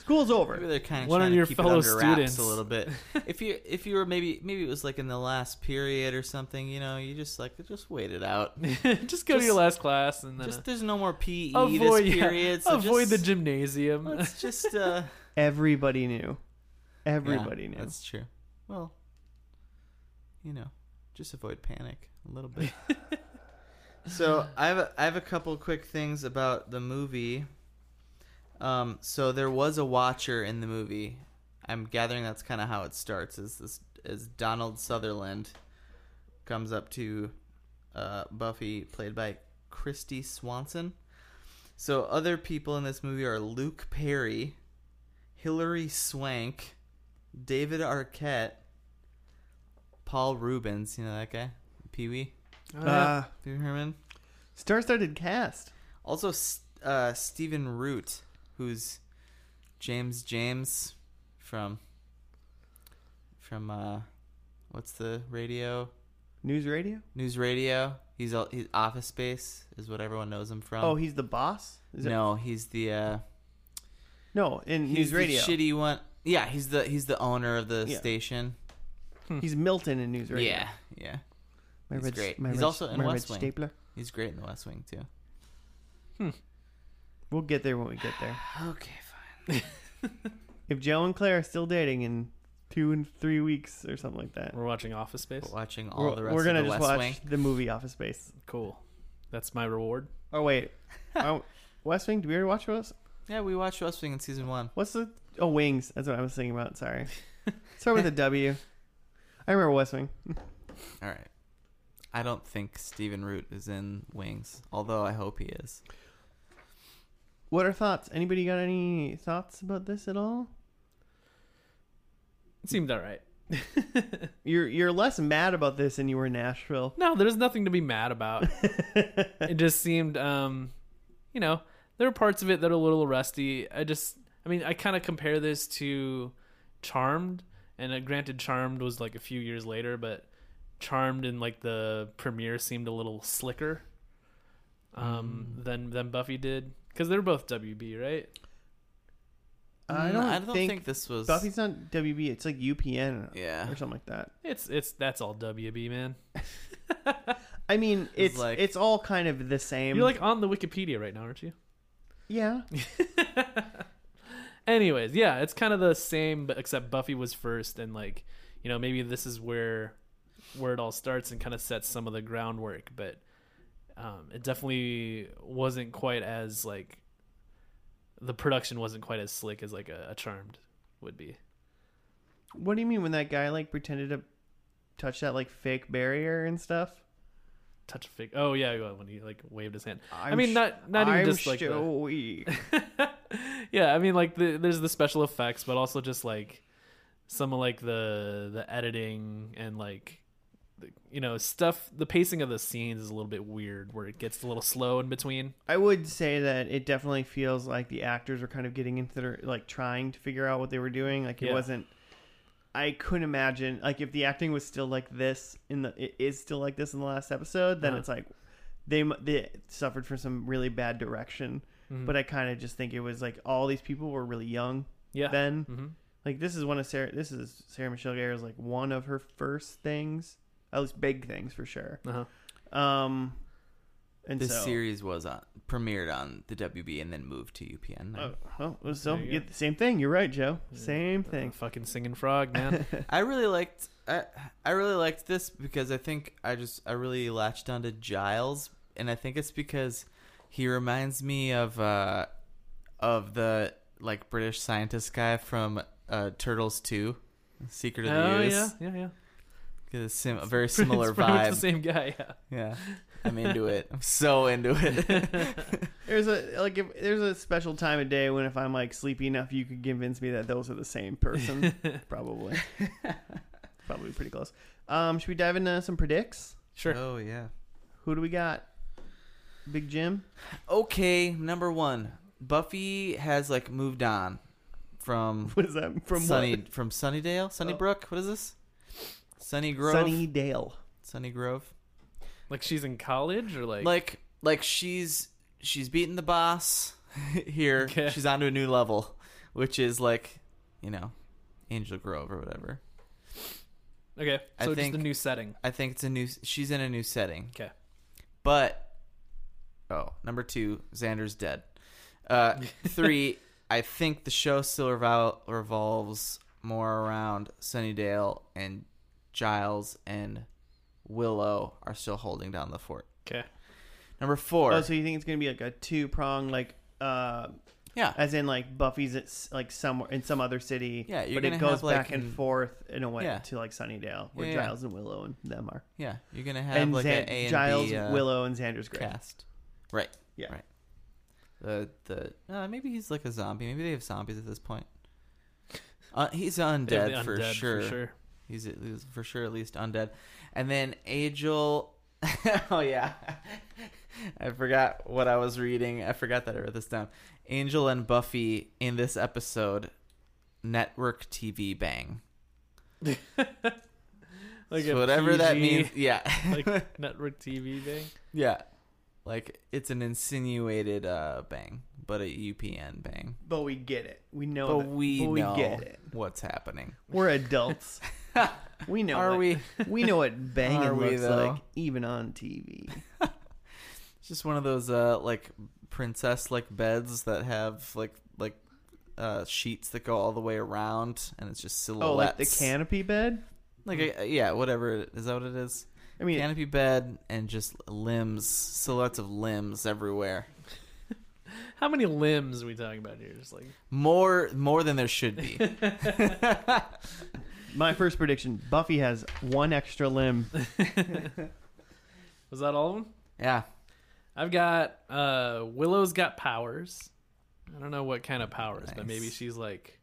School's
Maybe
over.
they're kind of
One of
trying
your
to keep
fellow
it under wraps
students.
a little bit. if you if you were maybe maybe it was like in the last period or something, you know, you just like just wait it out.
just go to your
Just-
last class and then
Just
uh,
there's no more PE
avoid
this
yeah,
period. so
avoid the
just-
gymnasium.
Let's just uh,
Everybody knew.
yeah,
Everybody knew.
That's true. Well, you know, just avoid panic a little bit. so I have a, I have a couple quick things about the movie. Um, so there was a watcher in the movie. I'm gathering that's kind of how it starts. Is this is Donald Sutherland comes up to uh, Buffy, played by Christy Swanson. So other people in this movie are Luke Perry, Hilary Swank, David Arquette, Paul Rubens. You know that guy, Pee Wee,
Oh, yeah.
Uh,
Pee Wee Herman.
star-studded cast.
Also, S- uh, Stephen Root, who's James James from from uh, what's the radio
News radio.
news radio? He's, all, he's Office Space is what everyone knows him from.
oh, he's the boss. Is it-
Um, no, he's the uh,
no, in
he's
news
the
radio.
shitty one. Yeah, he's the he's the owner of the
Yeah.
station.
He's Milton in news radio.
Yeah, yeah.
my
he's
red,
great.
My
He's
red,
also in
my red
West Wing.
stapler.
He's great in the West Wing too.
We'll get there when we get there.
Okay,
If Joe and Claire are still dating in two and three weeks or something like that,
We're watching Office Space.
fine. Watching all
we're,
the rest
we're
of
gonna
the
just
West
watch
Wing.
the movie Office Space.
Cool. That's my reward.
Oh wait, oh, West Wing. Did we already watch West?
Yeah, we watched West Wing in season one.
What's the? Oh, Wings. That's what I was thinking about. Sorry. Start with a W. I remember West Wing.
All right. I don't think Steven Root is in Wings, although I hope he is.
What are thoughts? Anybody got any thoughts about this at all?
It seemed all right.
You're you're less mad about this than you were in Nashville.
No, there's nothing to be mad about. it just seemed, um, you know, there are parts of it that are a little rusty. I just, I mean, I kind of compare this to Charmed, and uh, granted, Charmed was like a few years later, but Charmed in like the premiere seemed a little slicker um, than than Buffy did because they're both WB, right?
I don't,
Mm, I don't
think,
think, this was.
Buffy's not WB. It's like UPN
yeah.
or something like that.
It's it's that's all WB, man.
I mean, it's
It's
it's,
like-
all kind of the same.
You're like on the Wikipedia right now, aren't you?
yeah,
Anyways, yeah, it's kind of the same, but except Buffy was first, and like, you know, maybe this is where where it all starts and kind of sets some of the groundwork. But um, it definitely wasn't quite as like the production wasn't quite as slick as like a, a Charmed would be.
What do you mean when that guy like pretended to touch that like fake barrier and stuff?
Touch a fig. Oh yeah, well, when he like waved his hand.
I'm
mean, not- not even
I'm
just, like, the-
so weak.
yeah, I mean, like the, there's the special effects, but also just like some of like the the editing and like the, you know stuff. The pacing of the scenes is a little bit weird, where it gets a little slow in between.
I would say that it definitely feels like the actors were kind of getting into their like trying to figure out what they were doing. Like it
Yeah.
wasn't. I couldn't imagine like if the acting was still like this in the it is still like this in the last episode. Then
Uh-huh.
it's like they mu- they suffered from some really bad direction.
Mm-hmm. Hmm.
But I kind of just think it was like all these people were really young
Yeah.
then.
hmm
Like this is one of Sarah. This is Sarah Michelle Gellar's like one of her first things, at least big things for sure.
Uh-huh.
Um, and
This
so,
series was on premiered on the WB and then moved to UPN.
Oh, well, so
There you
you get the same thing. You're right, Joe. Same
The
thing.
fucking singing frog, man.
I really liked I I really liked this because I think I just I really latched onto Giles and I think it's because he reminds me of uh of the like British scientist guy from uh Turtles 2 Secret of the
oh
Ooze.
yeah, yeah, yeah.
Get a sim- a very
It's
similar
pretty much
vibe.
The same guy. Yeah.
Yeah. I'm into it. I'm so into it.
There's a like if there's a special time of day when if I'm like sleepy enough, you could convince me that those are the same person. probably, probably pretty close. Um, should we dive into some predicts?
Sure.
Oh yeah.
Who do we got? Big Jim.
Okay, number 1. Buffy has like moved on from
What is that from?
Sunny
what?
from Sunnydale, Sunnybrook. What is this? Sunny Grove.
Sunny Dale.
Sunny Grove.
Like she's in college or like.
Like like she's she's beaten the boss here.
Okay.
She's on to a new level, which is like, you know, Angel Grove or whatever.
okay.
I
So
think-
just a new setting.
I think it's a new she's in a new setting.
Okay.
But oh, number 2, Xander's dead. Uh 3, I think the show still revol- revolves more around Sunnydale and Giles and Willow are still holding down the fort.
Okay.
Number four.
Oh, so you think it's gonna be like a two prong, like uh,
yeah.
as in like Buffy's at, s- like somewhere in some other city.
Yeah, you're
but it
gonna
goes
have, like,
back
an-
and forth in a way
Yeah.
to like Sunnydale, where
Yeah, yeah.
Giles and Willow and them are,
Yeah. You're gonna have
and
like
Xan-
an A and
Giles,
B, uh,
Willow, and Xander's Grey.
cast. Right.
Yeah.
Right. The the uh, maybe he's like a zombie. Maybe they have zombies at this point. Uh, he's
They have
undead,
the
for,
undead
sure.
For sure.
He's at least, for sure at least undead. And then Angel. oh yeah, I forgot what I was reading. I forgot that I wrote this down. Angel and Buffy in this episode, network TV bang.
Like
So
a
whatever that
PG,
means. Yeah.
like network TV thing.
Yeah. Like it's an insinuated uh bang, but a UPN bang.
But we get it. We know.
But
that-
we
but we
know
get it.
what's happening.
We're adults. we know.
Are
what-
we?
We know what
Are
banging
we,
looks
though?
like, even on TV.
It's just one of those uh like princess like beds that have like like uh sheets that go all the way around and it's just silhouettes.
Oh, like the canopy bed.
Like a, yeah, whatever. it- Is that what it is?
I mean,
Canopy bed and just limbs, silhouettes of limbs everywhere.
How many limbs are we talking about here? Just like
More more than there should be.
my first prediction: Buffy has one extra limb.
was that all of them?
yeah.
I've got uh Willow's got powers. I don't know what kind of powers, but
Nice.
maybe she's like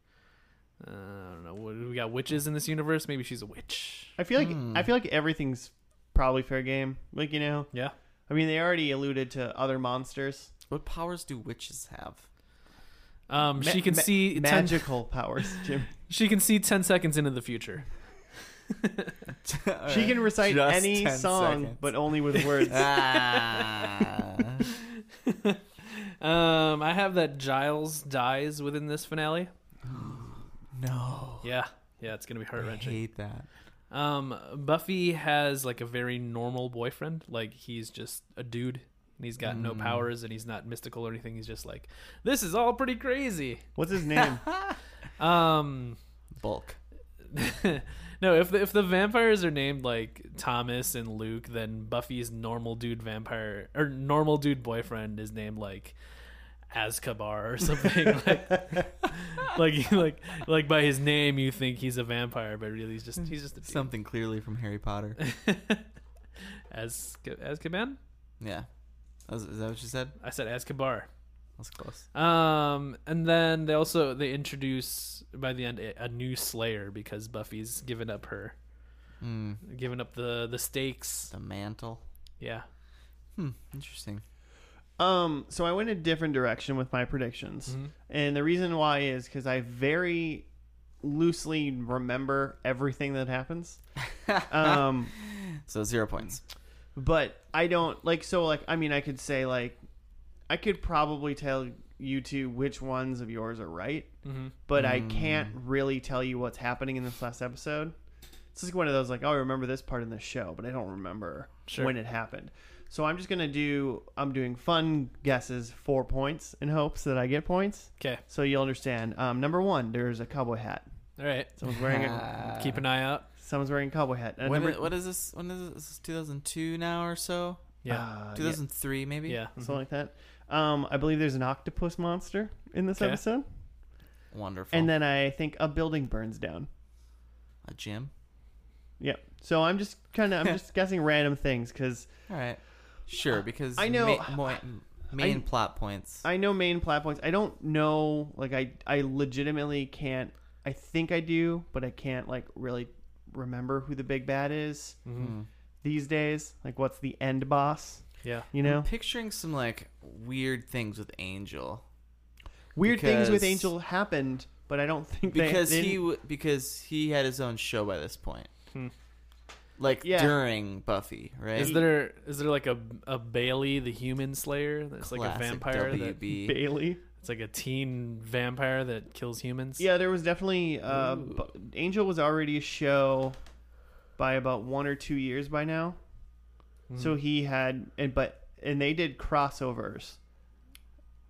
uh, I don't know. What, we got witches in this universe. Maybe she's a witch.
I feel like
Hmm.
I feel like everything's probably fair game. Like you know,
Yeah.
I mean, they already alluded to other monsters.
What powers do witches have?
Um,
Ma-
she can
ma-
see ten,
magical powers, Jim.
she can see ten seconds into the future.
She can recite
Just
any
10
song,
seconds.
but only with words.
ah.
Um, I have that Giles dies within this finale.
No.
Yeah, yeah, it's gonna be heart
I
wrenching.
hate that.
Um, Buffy has like a very normal boyfriend. Like he's just a dude. and he's got no powers and he's not mystical or anything. He's just like, this is all pretty crazy.
What's his name?
Um,
Bulk.
no, if the, if the vampires are named like Thomas and Luke, then Buffy's normal dude vampire or normal dude boyfriend is named like Azkabar or something like like like like by his name you think he's a vampire, but really he's just he's just a dude.
Something clearly from Harry Potter.
Az Azkaban.
yeah. That was- is that what you said?
I said Azkabar.
That's close.
Um, and then they also they introduce by the end a, a new Slayer because Buffy's given up her
Mm,
given up the the stakes.
the mantle.
Yeah.
Hmm. Interesting.
Um, so I went a different direction with my predictions,
Mm-hmm.
and the reason why is because I very loosely remember everything that happens. um,
So zero points.
but I don't like so like I mean I could say like I could probably tell you two which ones of yours are right,
Mhm.
but I can't really tell you what's happening in this last episode. It's just one of those like oh I remember this part in the show, but I don't remember
Sure.
when it happened. So I'm just gonna do I'm doing fun guesses, four points in hopes that I get points.
Okay.
So you'll understand. Um, number one, there's a cowboy hat.
All right.
Someone's wearing a
Ah.
Keep an eye out.
someone's wearing a cowboy hat. And
When
number,
i- what is this? When is this? This is 2002 now or so?
Yeah.
Uh, yeah.
2003 maybe?
yeah.
something like that. Um, I believe there's an octopus monster in this
Okay.
episode,
Wonderful.
and then I think a building burns down.
a gym.
Yep. So I'm just kind of I'm just guessing random things because
All right. Sure, because
I know-
ma- moi- main plot points.
I know main plot points. I don't know like I I legitimately can't. I think I do, but I can't like really remember who the big bad is
Hmm.
these days. Like what's the end boss?
Yeah.
You know,
I'm picturing some like weird things with Angel
weird things with
because-
Angel happened, but I don't think they-
because
they
he
didn't-
w- because he had his own show by this point.
Hmm.
Like
Yeah.
during Buffy, right?
Is there is there like a a Bailey the human slayer that's like a
Classic
vampire that
WB.
Bailey.
it's like a teen vampire that kills humans?
Yeah, there was definitely uh,
Ooh.
bu- Angel was already a show by about one or two years by now, so
Mm.
he had and but and they did crossovers.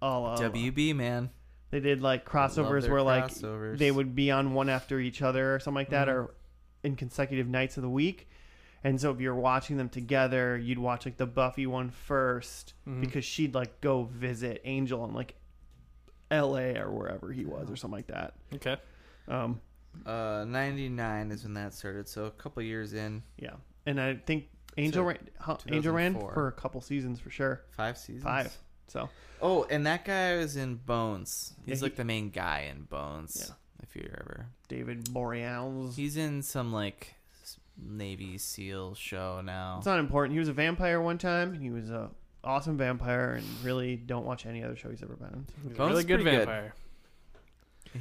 All of
WB man.
they did like
Love
crossovers
their
where like
crossovers. Mm-hmm.
they would be on one after each other or something like that, or in consecutive nights of the week. And so if you're watching them together, you'd watch like the Buffy one first
Mm-hmm.
because she'd like go visit Angel in like L.A. or wherever he was or something like that.
Okay.
Um,
Uh, 99 is when that started, so a couple years in,
Yeah, and I think Angel
So,
ran, huh, Angel ran
2004.
for a couple seasons for sure.
five seasons.
Five. So
Oh, and that guy was in Bones.
Yeah,
He's
he-
like the main guy in Bones.
Yeah.
If you ever,
David Boreanaz.
he's in some like s- Navy SEAL show now.
it's not important. He was a vampire one time, and he was a awesome vampire. And really, don't watch any other show he's ever been in.
He's a
Bones
really
is
good
pretty good.
vampire.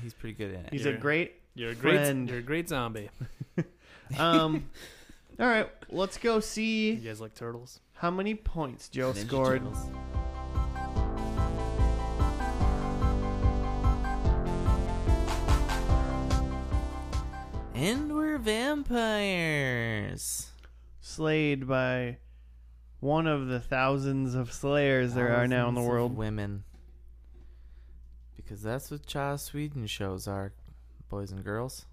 He's pretty good in it.
He's a
You're-
great.
You're a great
Friend.
you're a great zombie.
Um, all right, let's go see
You guys like turtles?
how many points Joe
Ninja
scored.
Turtles. And we're vampires.
Slayed by one of the thousands of slayers there are now in the
Thousands of
world.
Women. Because that's what Joss Sweden shows are, boys and girls.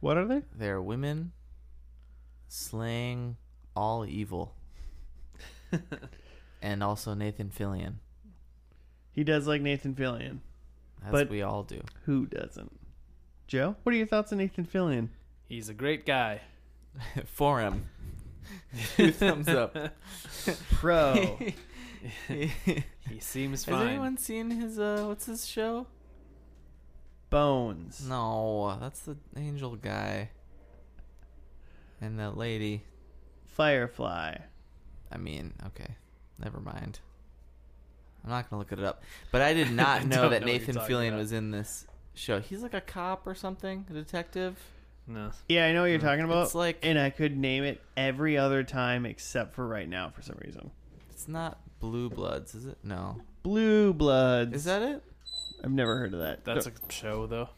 What are they?
They're women slaying all evil. and also Nathan Fillion.
He does like Nathan Fillion.
That's
But-
what we all do.
Who doesn't? Joe, what are your thoughts on Nathan Fillion?
He's a great guy.
For him. Two thumbs up.
Pro.
Has
He seems fine.
anyone seen his uh what's his show?
Bones.
No, that's the angel guy. And that lady.
Firefly.
I mean, okay. Never mind. I'm not gonna look it up. But I did not
I
know
don't
that
know what you're
Nathan
talking
Fillion
about.
was in this show. He's like a cop or something, a detective.
No.
Yeah, I know what you're talking about.
Mm, It's like
and I could name it every other time except for right now for some reason.
it's not Blue Bloods, is it? No.
Blue Bloods.
Is that it?
I've never heard of that.
That's a show though.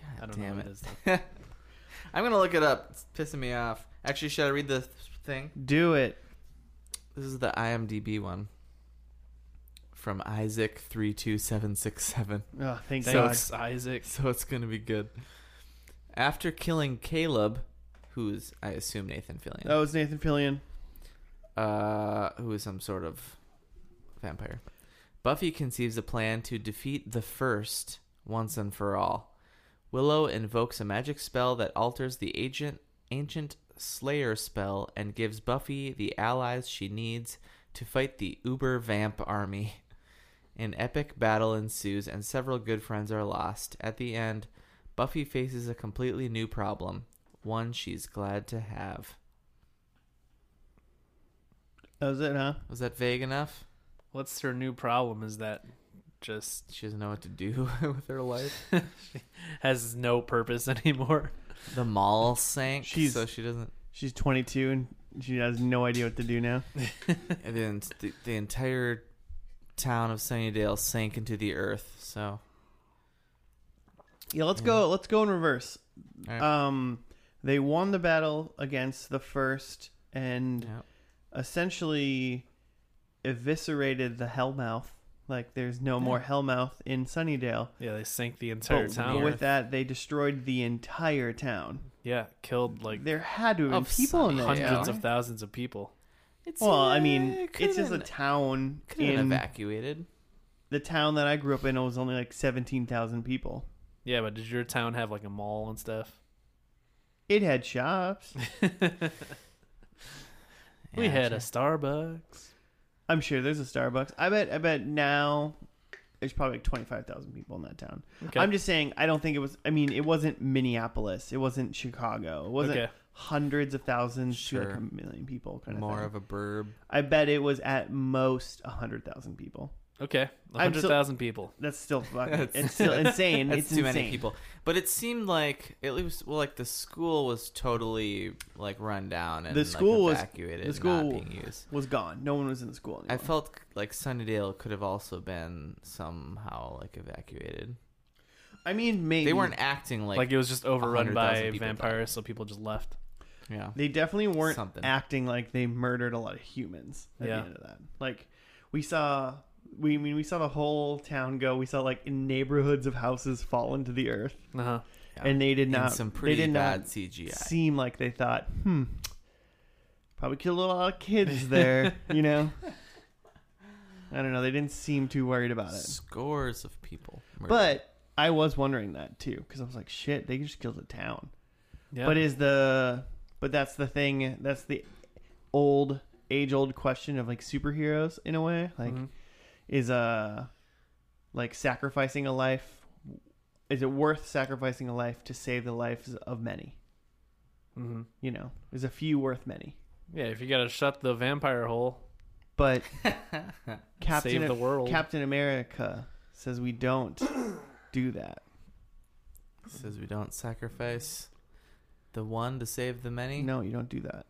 God
I don't know
damn
what
it.
it is though.
I'm gonna look it up. It's pissing me off. Actually, should I read the th- thing?
Do it.
This is the IMDb one from Isaac three two seven six seven.
Oh, thank God.
Thanks, Isaac.
So it's gonna be good. After killing Caleb, who's I assume Nathan Fillion,
That was Nathan Fillion.
uh, who is some sort of vampire. Buffy conceives a plan to defeat the first once and for all. Willow invokes a magic spell that alters the ancient ancient Slayer spell and gives Buffy the allies she needs to fight the Uber Vamp army. An epic battle ensues and several good friends are lost. At the end, Buffy faces a completely new problem, one she's glad to have.
That was it, huh?
Was that vague enough?
What's her new problem? Is that just
She doesn't know what to do with her life.
has no purpose anymore?
The mall sank,
She's-
so she doesn't.
She's 22 and she has no idea what to do now.
And then the, the entire town of Sunnydale sank into the earth. So
Yeah, let's
Mm-hmm.
go. Let's go in reverse.
All right.
Um, they won the battle against the first and
Yep.
essentially eviscerated the Hellmouth. Like, there's no more Hellmouth in Sunnydale.
Yeah, they sank the entire
but,
town.
with that, they destroyed the entire town.
yeah, killed like
There had to have been
Of
people in that
Sunnydale.
hundreds
town.
of thousands of people.
it's
Well, I
uh,
mean,
could've
it's just a
been-
town
could've been
in
evacuated.
the town that I grew up in. It was only like seventeen thousand people.
Yeah, but did your town have like a mall and stuff?
It had shops.
we
Yeah,
had a
sure.
Starbucks.
I'm sure there's a Starbucks. I bet. I bet now there's probably like twenty five thousand people in that town.
Okay.
I'm just saying. I don't think it was. I mean, it wasn't Minneapolis. It wasn't Chicago. It wasn't
Okay.
hundreds of thousands to like
Sure.
a million people. Kind of
more
thing.
of a burb.
I bet it was at most hundred thousand people.
Okay,
I'm
hundred
still-
thousand people.
That's still fucking.
That's-
it's still insane.
That's
it's
too
insane.
many people. But it seemed like at least well, like the school was totally like run down and
The school
like,
was-
evacuated.
the
and
school-
not being used.
Was gone. No one was in the school. Anymore.
I felt like Sunnydale could have also been somehow like evacuated.
I mean, maybe
They weren't acting
Like,
like,
it was just overrun
100,000
by
people
vampires, so people just left.
yeah.
They definitely weren't
Something.
acting like they murdered a lot of humans at
Yeah.
the end of that. Like we saw we I mean we saw the whole town go. We saw like neighborhoods of houses fall into the earth.
Uh huh.
Yeah.
And they did
And
not
some pretty
they did
bad
not
CGI.
seem like they thought, hmm. Probably killed a lot of kids there, you know? I don't know, they didn't seem too worried about it.
Scores of people. murdered.
But I was wondering that too, because I was like, shit, they just killed a town.
Yeah.
But is the but that's the thing that's the old age old question of like superheroes in a way like
Mhm.
is uh like sacrificing a life is it worth sacrificing a life to save the lives of many
Mm-hmm.
Mhm.
you know is a few worth many
Yeah, if you gotta shut the vampire hole,
but Captain
save the world.
Captain America says we don't do that
says we don't sacrifice the one to save the many.
no you don't do that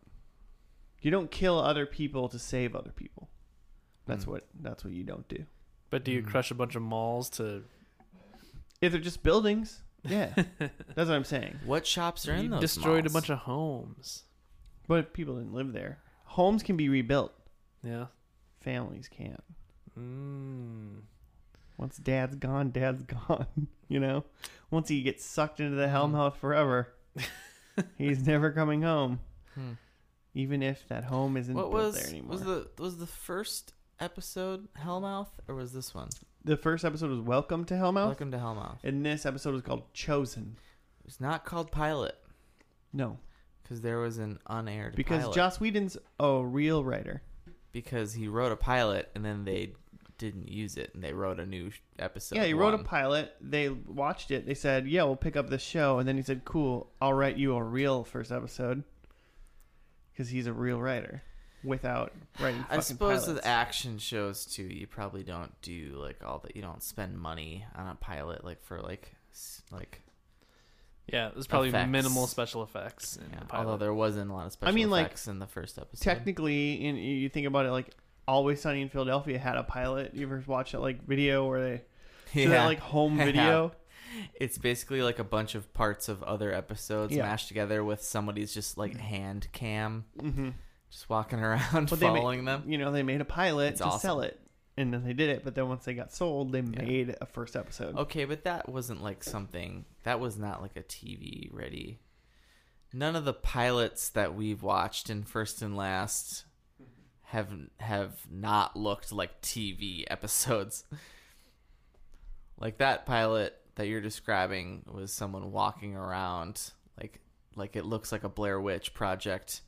you don't kill other people to save other people that's
Hmm.
Mm.
what that's what you don't do
but do you
Mhm.
crush a bunch of malls to?
If they're just buildings, yeah, that's what I'm saying.
What shops are in
You
those?
destroyed
malls?
a bunch of homes.
But people didn't live there. Homes can be rebuilt.
Yeah.
Families can't.
Mm.
Once dad's gone, dad's gone. You know, once he gets sucked into the
Mm-hmm.
Helmhouse forever, he's never coming home.
Hmm.
Even if that home isn't
What
built
was
there anymore.
was the was the first episode Hellmouth or was this one?
the first episode was Welcome to Hellmouth,
Welcome to Hellmouth.
and this episode was called Chosen.
It's not called pilot
No,
because there was an unaired
because
pilot.
Joss Whedon's a real writer.
because he wrote a pilot and then they didn't use it and they wrote a new sh- episode.
yeah, he wrote a
one.
pilot. They watched it. They said, "Yeah, we'll pick up the show." And then he said, "Cool, I'll write you a real first episode." Because he's a real writer, without writing.
I
fucking
suppose
pilots.
with action shows too, you probably don't do like all that. You don't spend money on a pilot like for like s- like.
Yeah, there's probably
Effects.
minimal special effects in
yeah,
the
although
pilot.
there wasn't a lot of special
mean, like,
effects in the first episode.
technically, in, you think about it, like Always Sunny in Philadelphia had a pilot. You ever watch that like video where they
yeah,
so that like home
Yeah.
video?
it's basically like a bunch of parts of other episodes
Yeah. Mm.
mashed together with somebody's just like hand cam,
hmm
just walking around
But they ma-
following them.
You know, they made a pilot
It's
to
awesome.
sell it, and then they did it. But then once they got sold, they made a first episode.
Okay, but that wasn't like something that was not like a TV ready. None of the pilots that we've watched in first and last have have not looked like TV episodes. Like that pilot that you're describing was someone walking around like like it looks like a Blair Witch project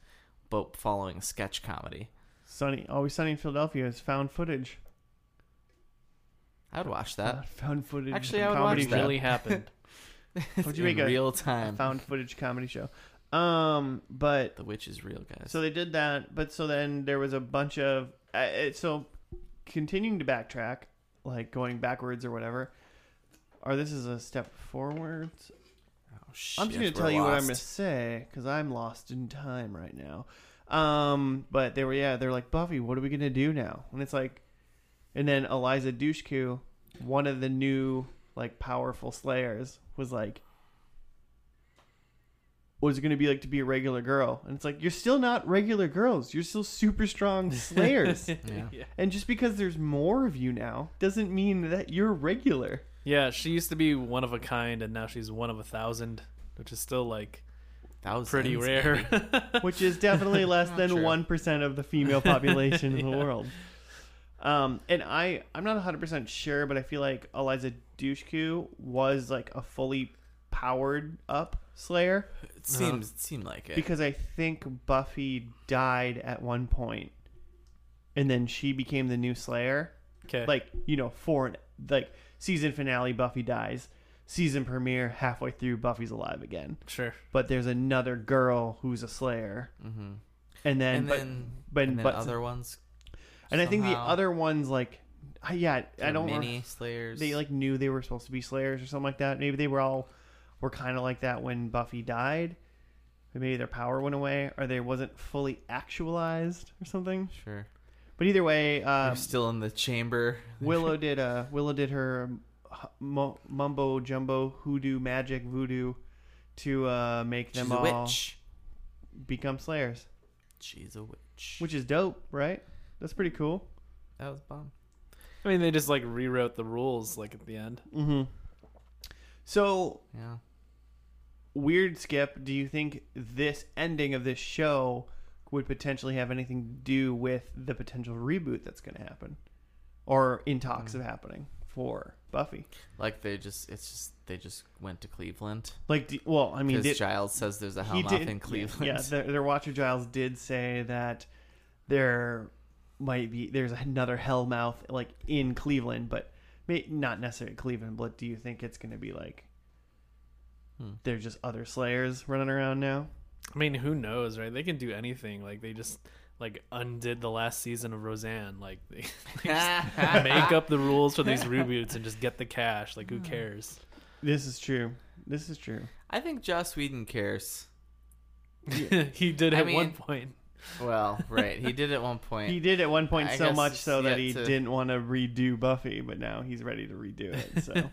but following sketch comedy.
Sunny, always sunny in Philadelphia is found footage.
I would watch that.
found footage.
Actually,
and
I would
comedy
watch
show.
that.
really happened.
Would you
in
make a-
real time.
found footage comedy show. Um, but
The witch is real, guys.
so they did that. But so then there was a bunch of uh, it- so continuing to backtrack, like going backwards or whatever. Or this is a step forwards.
Oh,
I'm just
shit,
going to tell
we're
you what I'm
lost.
going to say because I'm lost in time right now. Um, but they were yeah, they're like Buffy, what are we going to do now? And it's like, and then Eliza Dushku, one of the new like powerful Slayers, was like, what is it going to be like to be a regular girl? And it's like you're still not regular girls, you're still super strong Slayers.
Yeah.
yeah.
and just because there's more of you now doesn't mean that you're regular.
Yeah, she used to be one of a kind, and now she's one of a thousand, which is still like
Thousands.
pretty rare.
which is definitely less
Not
than
true.
one percent of the female population in the world. Um, and I, I'm not 100 percent sure, but I feel like Eliza Dushku was like a fully powered up Slayer
It seems it seemed like it.
because I think Buffy died at one point, and then she became the new Slayer.
okay,
Like you know, for an, like season finale, Buffy dies. Season premiere, halfway through, Buffy's alive again.
sure,
But there's another girl who's a Slayer,
mm-hmm.
and then,
and,
but-
then
but-
and then
but-
other ones.
And I think the
somehow.
other ones, like, I, yeah, I
They're
don't. re-
mini slayers.
They like knew they were supposed to be slayers or something like that. Maybe they were all were kind of like that when Buffy died. But maybe their power went away, or they wasn't fully actualized or something.
sure.
But either way,
They're
uh,
still in the chamber.
Willow did. Uh, Willow did her mu- mumbo jumbo hoodoo magic voodoo to uh, make
She's
them
a
all
witch.
become slayers,
She's a witch.
which is dope, right? That's pretty cool.
that was bomb.
I mean they just like rewrote the rules like at the end.
Mm-hmm. So
Yeah.
weird skip do you think this ending of this show would potentially have anything to do with the potential reboot that's going to happen or in talks
Mm.
of happening for buffy
Like they just it's just they just went to Cleveland
like do, well i mean did,
because Giles says there's a
he
hell off
did
in Cleveland.
yeah their, their watcher giles did say that there might be there's another hellmouth like in cleveland but may, not necessarily cleveland but do you think it's going to be like
Hmm.
there's just other slayers running around now
I mean, who knows, right? They can do anything. Like they just like undid the last season of Roseanne. Like they make up the rules for these reboots and just get the cash. Like who cares?
this is true this is true
I think Joss Whedon cares.
he did
I
at one
mean-
point.
Well, right. He did at one point.
He did at one point
I
so
guess
much
it's
so that
yet
he
to-
didn't want to redo Buffy, but now he's ready to redo it. So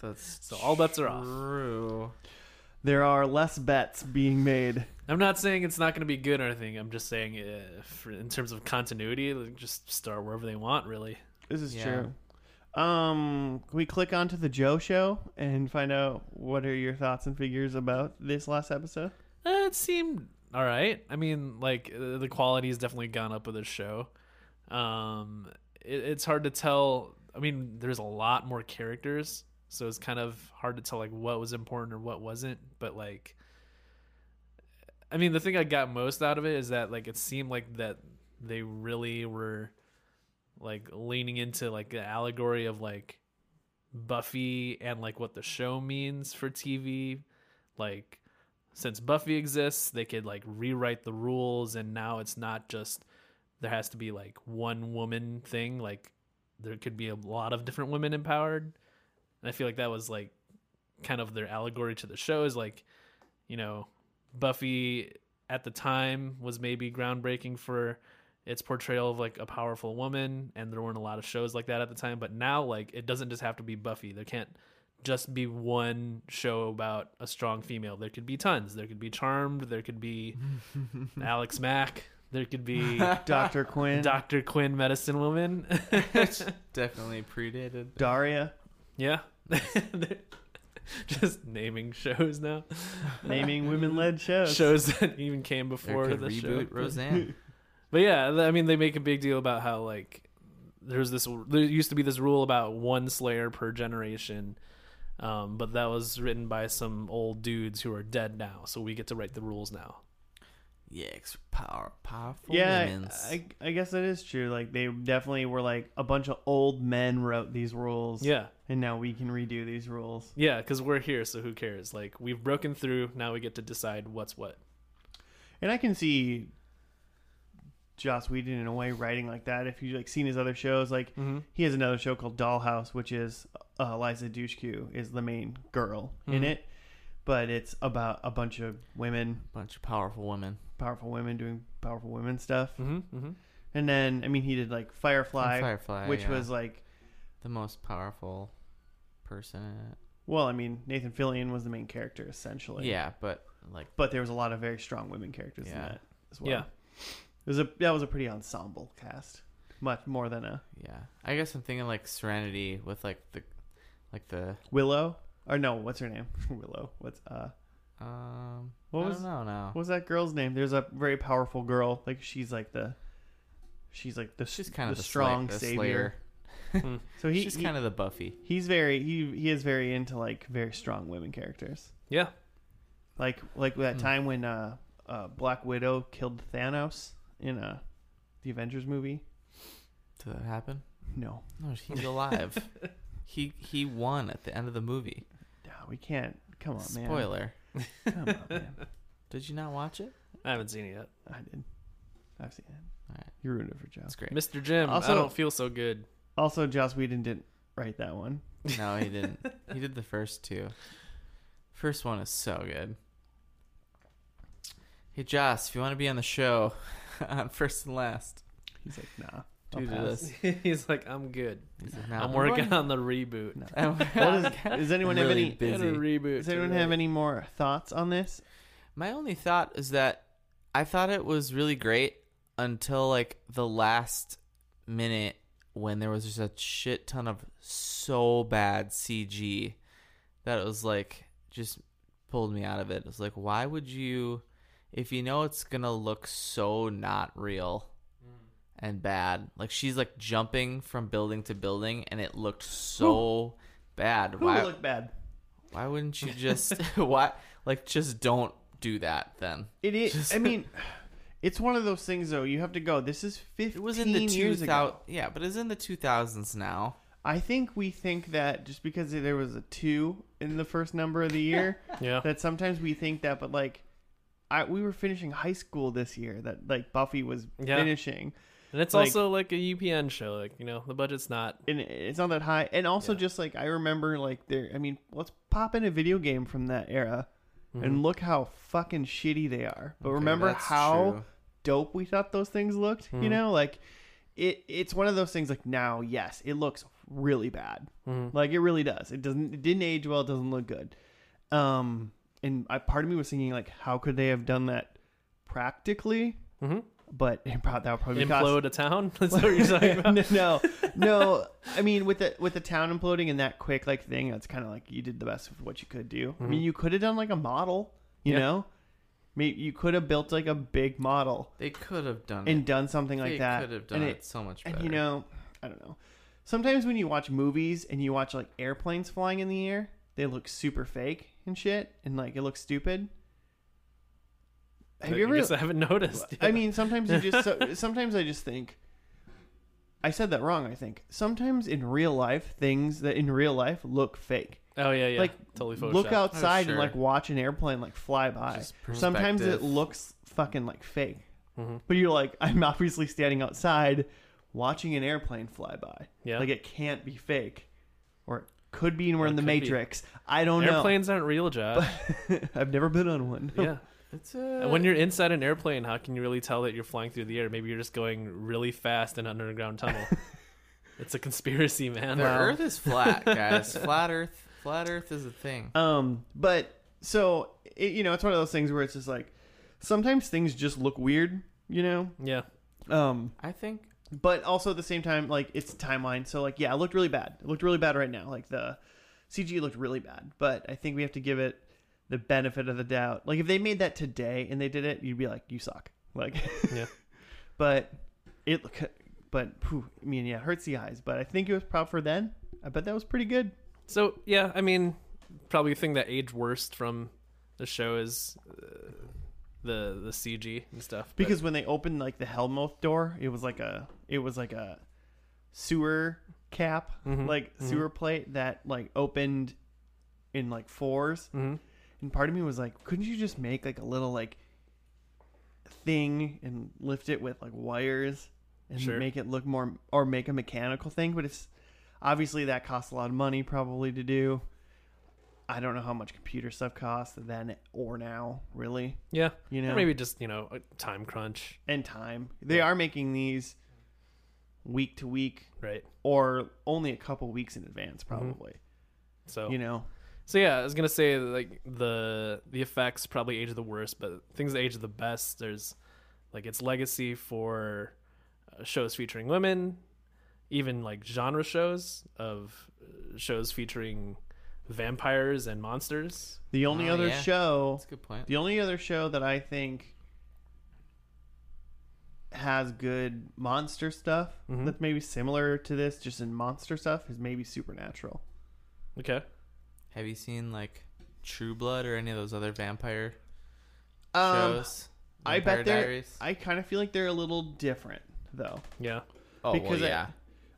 That's
So all bets are off.
true.
there are less bets being made.
I'm not saying it's not going to be good or anything. I'm just saying, uh, for, in terms of continuity, like, just start wherever they want. Really,
This is
Yeah.
true. Um, can we click onto the Joe show and find out what are your thoughts and figures about this last episode?
uh, it seemed all right. I mean, like uh, the quality's definitely gone up with this show. Um, it, it's hard to tell. I mean, there's a lot more characters, so it's kind of hard to tell like what was important or what wasn't. But like, I mean, the thing I got most out of it is that like it seemed like that they really were like leaning into like the allegory of like Buffy and like what the show means for TV. Like since Buffy exists, they could like rewrite the rules and now it's not just there has to be like one woman thing, like there could be a lot of different women empowered. And I feel like that was like kind of their allegory to the show is like, you know, Buffy at the time was maybe groundbreaking for its portrayal of like a powerful woman and there weren't a lot of shows like that at the time but now like it doesn't just have to be buffy there can't just be one show about a strong female there could be tons there could be charmed there could be alex mack There could be
Doctor Quinn,
Doctor Quinn, Medicine Woman.
It's definitely predated.
Daria,
yeah, just naming shows now.
naming women-led shows.
Shows that even came before
Or could
the
reboot
show.
Roseanne.
But yeah, th- I mean, they make a big deal about how like there's this there used to be this rule about one Slayer per generation, um, but that was written by some old dudes who are dead now, so we get to write the rules now.
yeah, it's power, powerful
Yeah,
women.
I, I guess that is true. Like they definitely were like a bunch of old men wrote these rules.
Yeah,
and now we can redo these rules.
yeah, because we're here, so who cares? Like we've broken through, now we get to decide what's what.
And I can see Joss Whedon in a way writing like that. If you like seen his other shows, like
Mm-hmm.
he has another show called Dollhouse, which is uh, Eliza Dushku is the main girl
Mm-hmm.
in it, but it's about a bunch of women,
bunch of powerful women.
powerful women doing powerful women stuff.
Mm-hmm, mm-hmm.
And then I mean, he did like Firefly,
And Firefly,
which
yeah.
was like.
the most powerful person. in it.
Well, I mean, Nathan Fillion was the main character essentially.
yeah, but like
but there was a lot of very strong women characters in
Yeah.
that as well.
Yeah.
it was a that was a pretty ensemble cast, much more than a
yeah, I guess I'm thinking like Serenity with like the like the
Willow or no, what's her name? Willow. What's uh
um
What
I
was-
don't know now.
what was that girl's name? There's a very powerful girl. Like she's like the she's like the
She's kind
the
of the
strong
strong the
savior.
Slayer.
So he,
She's
he-
kind of the Buffy.
he's very he he is very into like very strong women characters.
Yeah,
Like like
Hmm.
that time when uh, uh Black Widow killed Thanos in uh the Avengers movie.
Did that happen?
No.
No, he's alive. he he won at the end of the movie.
No, we can't. Come on, man.
Spoiler.
Come on, man.
Did you not watch it?
I haven't seen it yet.
I did. I've seen it.
Alright.
You ruined it for Joss.
That's great.
Mr. Jim, I
Also-
don't feel so good.
Also, Joss Whedon didn't write that one.
No, he didn't. he did the first two. First one is so good. Hey Joss, if you want to be on the show on first and last,
He's like, nah. I'll
due to
pass.
this,
He's like, I'm good.
he said, "No,
I'm working on the reboot.
No.
I'm
What is- does anyone have
really
any-
Get a
busy.
reboot.
Does anyone
today.
have any more thoughts on this?
My only thought is that I thought it was really great until like the last minute when there was just a shit ton of so bad CG that it was like just pulled me out of it. It was like, why would you, if you know it's gonna look so not real and bad, like she's like jumping from building to building and it looked so bad.
Who
why?
would look bad?
Why wouldn't you just why like just don't do that then?
It is.
Just-
I mean, it's one of those things though. You have to go. This is fifteen
It was in the two
years
thousand
ago.
yeah, but it's in the two thousands now.
I think we think that just because there was a two in the first number of the year,
Yeah.
that sometimes we think that. But like, I we were finishing high school this year. That like Buffy was
Yeah.
finishing.
And it's
Like-
also like a UPN show. Like, you know, the budget's not.
and it's not that high. And also,
Yeah.
just like I remember, like there. I mean, let's pop in a video game from that era,
mm-hmm,
and look how fucking shitty they are. But
Mm-hmm. Okay,
remember
that's
how
true. Mm-hmm.
dope we thought those things looked. You know, like it. It's one of those things. Like now, yes, it looks really bad.
mm-hmm,
Like it really does. It doesn't. It didn't age well. It doesn't look good. Um, and I, part of me was thinking like, how could they have done that practically?
Mhm.
But it prob- that would probably cost
implode a town. That's what you're talking about.
no, no. I mean, with the with the town imploding and that quick like thing, that's kind of like you did the best with what you could do. I mean, you could have done like a model, you
Yeah.
know. Maybe you could have built like a big model
They could have done
and
it.
done something
They
like that.
could have done
and
it, so much better.
And you know, I don't know. Sometimes when you watch movies and you watch like airplanes flying in the air, they look super fake and shit, and like it looks stupid. Have you
I
ever?
guess I haven't noticed.
I mean, sometimes you just so, sometimes I just think I said that wrong. I think sometimes in real life, things that in real life look fake.
oh yeah, yeah.
like,
totally Oh, photoshopped.
Look outside
sure.
and like watch an airplane like fly by.
Just
Sometimes it
perspective.
looks fucking like fake,
Mhm.
but you're like, I'm obviously standing outside watching an airplane fly by.
Yeah.
like it can't be fake, or it could be. And we're
Or
in
it
the
could be.
Matrix. I don't
Airplanes aren't real, Josh.
know. I've never been on one.
yeah.
it's a,
And when you're inside an airplane, how can you really tell that you're flying through the air? Maybe you're just going really fast in an underground tunnel. it's a conspiracy, man.
the Earth is flat, guys. flat Earth, flat Earth is a thing.
Um, but so it, you know, it's one of those things where it's just like sometimes things just look weird you know.
Yeah.
Um,
I think
but also at the same time, like it's timeline. So like, yeah, it looked really bad. It looked really bad right now. Like the CG looked really bad. But I think we have to give it the benefit of the doubt. Like if they made that today and they did it, you'd be like, you suck. Like,
Yeah.
but it, look- but phew, I mean, yeah, it hurts the eyes. But I think it was proper for then. I bet that was pretty good.
So yeah, I mean, probably the thing that aged worst from the show is uh, the the CG and stuff. but-
because when they opened like the Hellmouth door, it was like a it was like a sewer cap,
Mhm,
like sewer plate that like opened in like 4s
Mhm.
And part of me was like, couldn't you just make like a little like thing and lift it with like wires and
Sure.
make it look more or make a mechanical thing? But it's obviously that costs a lot of money probably to do. I don't know how much computer stuff costs then or now, really.
yeah,
You know,
or maybe just you know a time crunch,
and time. They are making these week to week
right?
or only a couple weeks in advance probably.
Oh.
So
You know.
so yeah, I was gonna say like the the effects probably aged the worst, but things that aged the best. There's like its legacy for uh, shows featuring women, even like genre shows of uh, shows featuring vampires and monsters.
The only
Oh,
other
yeah.
show
That's a good point.
the only other show that I think has good monster stuff that's maybe similar to this just in monster stuff is maybe supernatural.
Okay.
Have you seen like True Blood or any of those other vampire
Um,
shows?
I
Vampire
bet they're
Diaries?
I kind of feel like they're a little different though.
Yeah.
oh well,
because I-
yeah.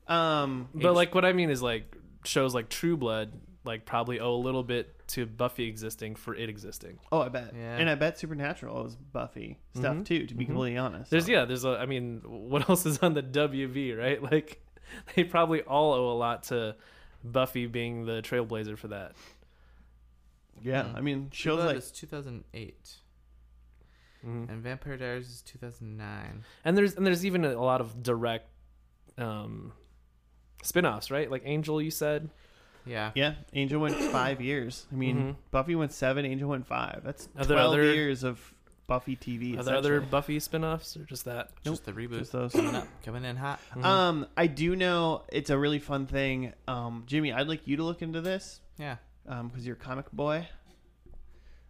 Um
But like what I mean is like shows like True Blood like probably owe a little bit to Buffy existing for it existing.
oh I bet.
Yeah.
And I bet supernatural is Buffy stuff too to be completely honest.
There's yeah, there's a I mean what else is on the WV, right? Like they probably all owe a lot to Buffy being the trailblazer for that.
yeah,
Mm-hmm.
I mean
True
shows
Blood
like
is 2008,
Mm-hmm.
Mhm.
and Vampire Diaries is 2009.
And there's and there's even a lot of direct um spin-offs, right? Like Angel you said.
Yeah.
Yeah, Angel went five years. I mean,
Mhm.
Buffy went seven. Angel went five. That's
Are there
twelve
other-
years of Buffy TV.
Are there other Mm-hmm.
essentially.
Buffy spin-offs or just that?
Just the reboot.
Just those.
coming up, coming in hot.
Um, I do know it's a really fun thing. Um, Jimmy, I'd like you to look into this
Yeah.
because you're a comic boy.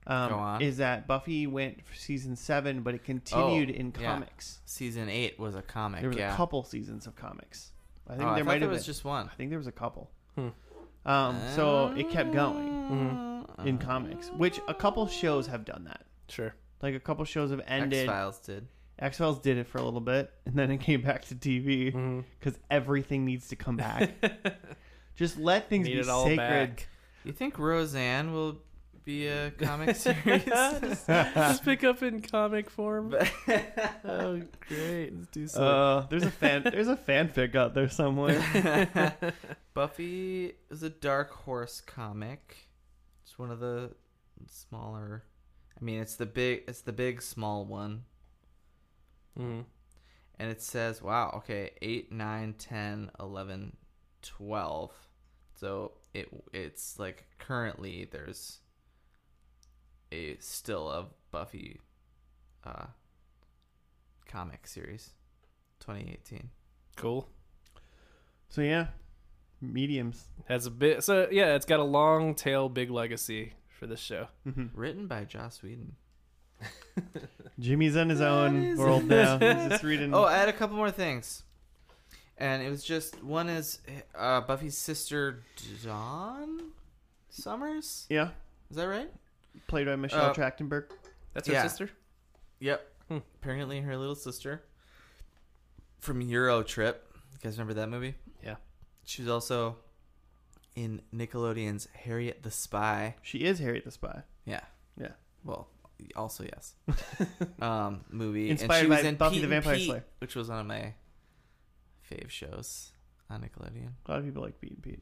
Um,
Go on.
Is that Buffy went for season seven, but it continued
Oh,
in
yeah.
comics.
Season eight was a comic.
There was
yeah.
a couple seasons of comics. I think
Oh, I
there
thought
might
there
have
was
been.
just one.
I think there was a couple.
Hmm.
Um, so it kept going
Mm-hmm.
in comics, which a couple shows have done that.
Sure.
Like a couple shows have
X
ended.
Files did.
X Files did it for a little bit, and then it came back to TV
Mhm.
because everything needs to come back. Just let things
Need
be
it all
sacred.
back.
You think Roseanne will be a comic series?
just, just pick up in comic form. oh, great. Let's do something.
Uh, there's a fan. there's a fanfic out there somewhere.
Buffy is a dark horse comic. It's one of the smaller. I mean, it's the big. It's the big small one,
hmm
and it says, "Wow, okay, eight, nine, ten, eleven, twelve. So it it's like currently there's a still a Buffy uh, comic series, 2018.
Cool.
so yeah, mediums.
Has a bit. So yeah, it's got a long tail, big legacy for this show.
Mhm.
Written by Joss Whedon.
Jimmy's in his
That
own
is-
world now. He's just reading.
Oh, I had a couple more things. And it was just one is uh, Buffy's sister Dawn Summers.
yeah,
Is that right?
played by Michelle
Uh,
Trachtenberg.
That's
Yeah.
her sister.
Yep.
Hmm.
Apparently, her little sister from Euro Trip. You guys remember that movie?
Yeah.
She was also in Nickelodeon's Harriet the Spy.
She is Harriet the Spy,
Yeah.
Yeah.
Well, also yes. um, movie
Inspired
and she was
by
in
Buffy
Pete
the
and
Vampire
Pete,
Slayer.
which was one of my fave shows on Nickelodeon.
A lot of people like Pete and Pete.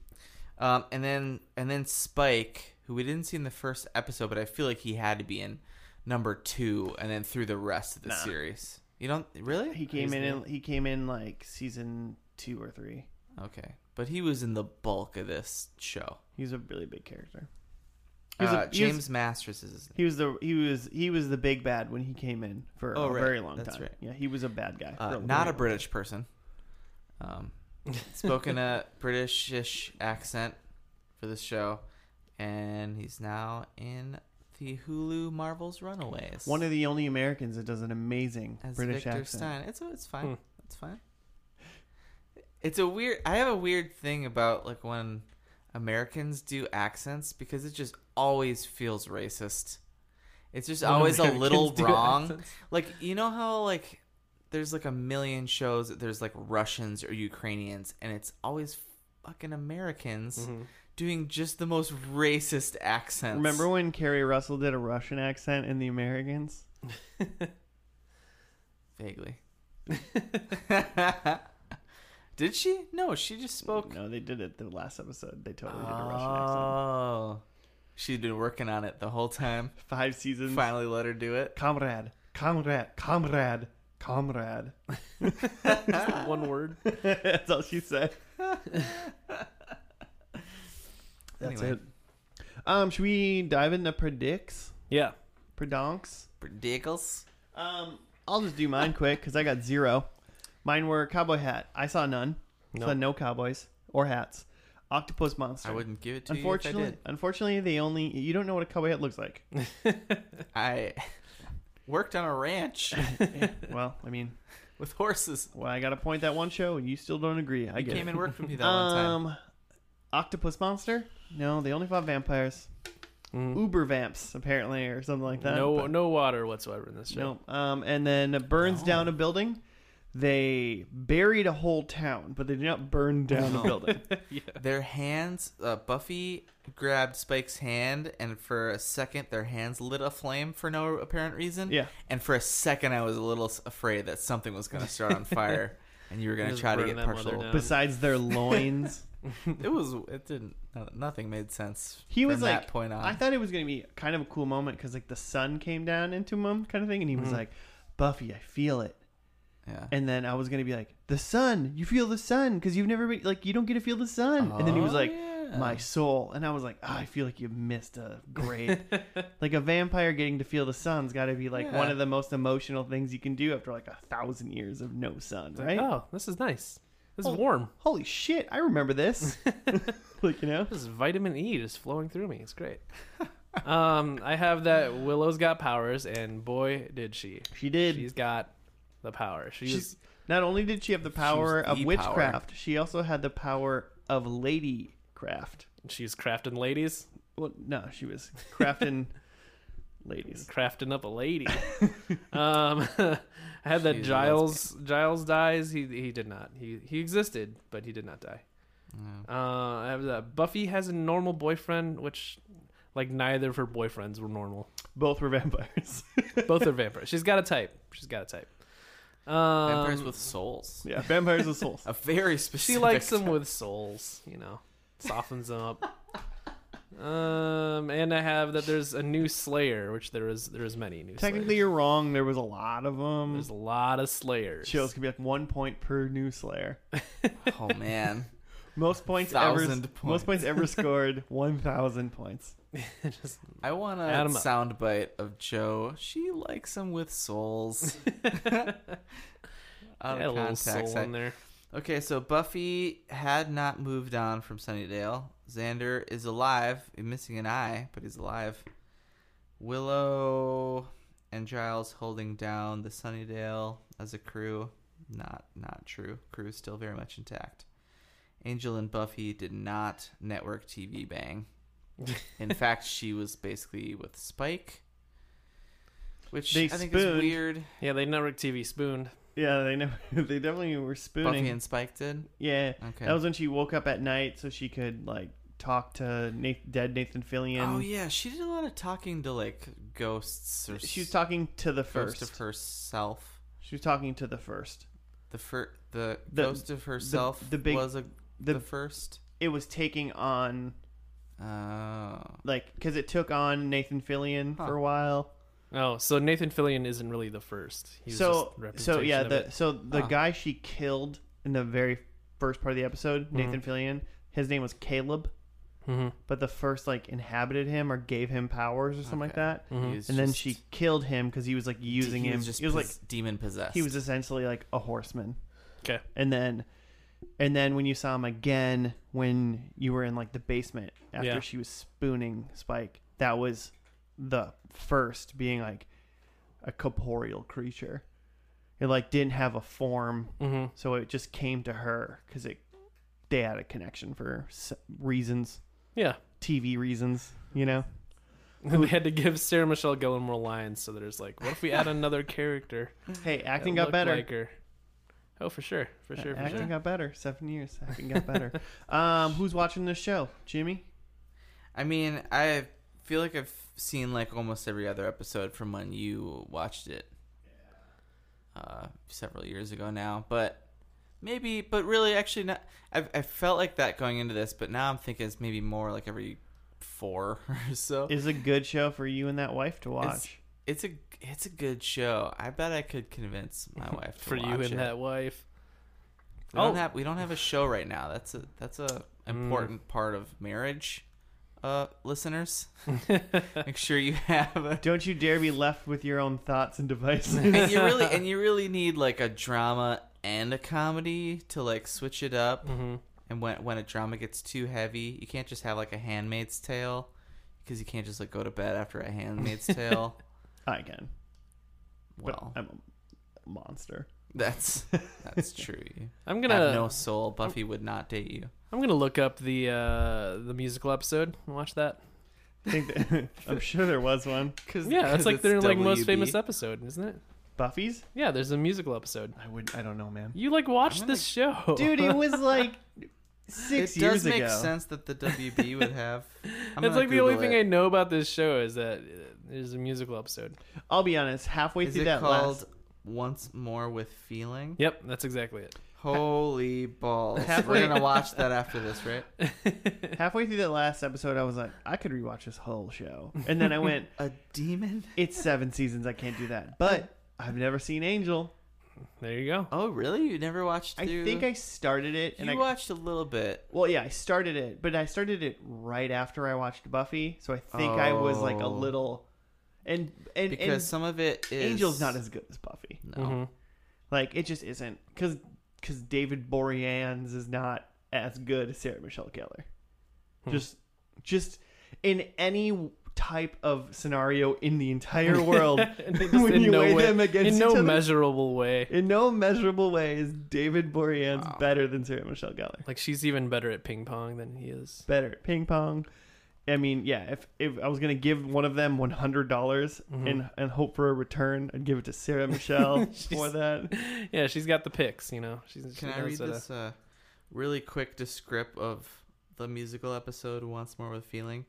Um, and then and then Spike, who we didn't see in the first episode, but I feel like he had to be in number two, and then through the rest of the
Nah.
series. You don't really?
He came
He's
in.
new.
and He came in like season two or three.
Okay, but he was in the bulk of this show.
He's a really big character. He was a-
Uh,
he was-
James Masters is his name.
He was the he was he was the big bad when he came in for
Oh,
a
right.
very long
That's
time.
right.
Yeah, he was a bad guy.
Uh,
for
not a
very long-
British person. Um, spoke in a Britishish accent for this show, and he's now in the Hulu Marvel's Runaways.
One of the only Americans that does an amazing
as
British
Victor
accent.
Stein. It's it's fine.
Hmm.
It's fine. It's a weird. I have a weird thing about like when Americans do accents because it just always feels racist. It's just always a little wrong. Like you know how like there's like a million shows that there's like Russians or Ukrainians and it's always fucking Americans
Mm-hmm.
doing just the most racist accents.
Remember when Carrie Russell did a Russian accent in The Americans?
vaguely? Did she? No, she just spoke.
No, they did it the last episode. They totally did a Russian accent.
Oh, she'd been working on it the whole time.
Five seasons.
Finally, let her do it.
Comrade, comrade, comrade, comrade. Mm-hmm.
One word.
That's all she said. That's
Anyway.
it. Um, should we dive into predicts?
Yeah.
Predonks?
Ridiculous.
Um, I'll just do mine quick because I got zero. Mine were cowboy hat. I saw none. Saw
Nope.
no cowboys or hats. Octopus monster.
I wouldn't give it to
Unfortunately,
you if
unfortunately, they only you don't know what a cowboy hat looks like.
I did. I worked on a ranch
well, I mean,
with horses.
well, I got to point that one show, and you still don't agree. I
You
get
came
it.
and worked with me that one time.
um, octopus monster. No, they only fought vampires.
Hmm.
Uber vamps apparently, or something like that.
Mm. no
but-
no water whatsoever in this show.
no. Um, and then it burns down a building. They buried a whole town, but they did not burn down
No.
the building.
Their hands, uh, Buffy grabbed Spike's hand, and for a second, their hands lit aflame for no apparent reason.
Yeah.
And for a second, I was a little s- afraid that something was going to start on fire, and you were going to
Just
try to
burn
get
that mother
partial.
down.
Besides their loins.
It was. It didn't. no- Nothing made sense.
He
from
was like,
that point on.
I thought it was going to be kind of a cool moment because like the sun came down into him, kind of thing, and he was
Mm-hmm.
like, "Buffy, I feel it."
yeah.
And then I was going to be like, "The sun, you feel the sun because you've never been like you don't get to feel the sun." and then he was
Oh,
like,
yeah.
"My soul," and I was like, Ah, "I feel like you missed a great, like a vampire getting to feel the sun's got to be like one
Yeah.
of the most emotional things you can do after like a thousand years of no sun, right?"
Oh, this is nice. This
Oh.
is warm.
Holy shit, I remember this. like you know,
This is vitamin E just flowing through me. It's great. um, I have that Willow's got powers, and boy did she.
she did.
She's got the power. She
She's
was
not only did she have the power
the
of
power.
witchcraft, she also had the power of ladycraft.
she's crafting ladies,
Well, no, she was crafting ladies.
crafting up a lady. um, I had that
She's a
Giles. Giles dies. He he did not. He he existed, but he did not die.
Yeah.
Uh, I have that Buffy has a normal boyfriend, which like neither of her boyfriends were normal.
Both were vampires.
Both are vampires. She's got a type. She's got a type. Um,
Vampires with souls.
yeah, vampires with souls.
A very specific.
She likes them with souls, you know, softens them up. Um, and I have that there's a new Slayer, which there is there is many new.
Technically,
Slayers.
you're wrong. There was a lot of them.
um,
there's a lot of Slayers.
Chills could be like one point per new Slayer.
Oh man.
Most points ever.
Thousand
Most
points.
points ever scored. One thousand points.
Just-
I want a
Add 'em up.
soundbite of Joe. She likes them with souls. Out
add a
of
little
context.
soul
I-
in there.
Okay, so Buffy had not moved on from Sunnydale. Xander is alive, missing an eye, but he's alive. Willow and Giles holding down the Sunnydale as a crew. Not not true. Crew is still very much intact. Angel and Buffy did not network TV bang. In fact, she was basically with Spike, which
They
I think
spooned.
is weird.
Yeah, they network TV spooned.
Yeah, they never. They definitely were spooning.
Buffy and Spike did.
yeah,
Okay.
that was when she woke up at night so she could like talk to Nathan, dead Nathan Fillion.
Oh yeah, she did a lot of talking to like ghosts or
She was
s-
talking to the
ghost
first.
of herself.
She was talking to the first.
The fir- the,
The-
ghost of herself
the big-
was a
the-
the, first.
It was taking on
Oh.
like because it took on Nathan Fillion
Huh.
for a while.
Oh, so Nathan Fillion isn't really the first. He's
so
just a
so yeah,
representation of
the
it.
so the
Huh.
guy she
Mm-hmm.
killed in the very first part of the episode, Nathan Fillion, his name was Caleb.
Mm-hmm.
but the first like inhabited him or gave him powers or something like
Okay.
that.
He
hmm
was
Mm-hmm. and then
just-
she killed him because he was like using
he
him.
Was just
he was like
pos- demon possessed.
he was essentially like a horseman.
Okay.
And then, and then when you saw him again when you were in like the basement after
Yeah.
she was spooning Spike, that was the first being like a corporeal creature. It like didn't have a form,
hmm
so it just came to her because it they had a connection for s- reasons,
Yeah.
TV reasons, you know.
And they had to give Sarah Michelle Gellar more lines, so there's like, what if we add another character?
Hey,
that
acting got
looked
better.
like her? Oh, for sure, for sure, for
acting
sure.
got better. Seven years, acting got better. um, who's watching this show? Jimmy.
I mean, I feel like I've seen like almost every other episode from when you watched it uh, several years ago now, but maybe, but really, actually, not. I've, I felt like that going into this, but now I'm thinking it's maybe more like every four or so.
is a good show for you and that wife to watch.
It's a it's a good show. I bet I could convince my wife to
For you
watch
and
it.
that wife.
We
Oh. Mm.
don't have we don't have a show right now. That's a that's a important part of marriage, uh, listeners. Make sure you have a
Don't you dare be left with your own thoughts and devices.
and you really and you really need like a drama and a comedy to like switch it up.
Mm-hmm.
And when when a drama gets too heavy, you can't just have like a Handmaid's Tale because you can't just like go to bed after a Handmaid's Tale.
I can, but um,
Well,
I'm a monster.
that's that's true. You
I'm
have
gonna
no soul. Buffy would not date you.
I'm gonna look up the uh, the musical episode and watch that.
I think that, I'm sure there was one.
Cause,
Yeah, that's like
it's
their like most
WB.
famous episode, isn't it?
Buffy's?
Yeah, there's a musical episode.
I would. I don't know, man.
You like watched
I'm
this show,
Dude, it was like six
It
years
does make
ago.
sense that the WB would have. I'm
it's
gonna
like the only
Google
thing
it.
I know about this show is that uh, there's a musical episode.
I'll be honest. Halfway
Is
through
it
that
called
last,
Once More with Feeling?
Yep, that's exactly it.
Holy balls!
Halfway-
We're gonna watch that after this, right?
halfway through that last episode, I was like, I could rewatch this whole show, and then I went,
A demon?
it's seven seasons. I can't do that. But I've never seen Angel.
There you go.
Oh, really? You never watched?
I
through-
think I started it, and
you
I
watched a little bit.
Well, yeah, I started it, but I started it right after I watched Buffy, so I think I was like a
Oh.
little, and and,
because some of it
and
is
Angel's not as good as Buffy.
no.
hmm
Like it just isn't because David Boreanaz is not as good as Sarah Michelle Gellar.
Hmm.
Just just in any type of scenario in the entire world,
Mm-hmm. And just
when
in
you
no
weigh
way-
them against
in
each
no
other,
measurable way.
in no measurable way is David Boreanaz
Wow.
better than Sarah Michelle Gellar.
Like she's even better at ping pong than he is.
better at ping pong. I mean, yeah, if, if I was going to give one of them $100 dollars
Mm-hmm.
and, and hope for a return, I'd give it to Sarah Michelle for that.
Yeah, she's got the picks. You know, she's. she
Can I
knows
read
how to-
this uh, really quick descript of the musical episode once more with feeling?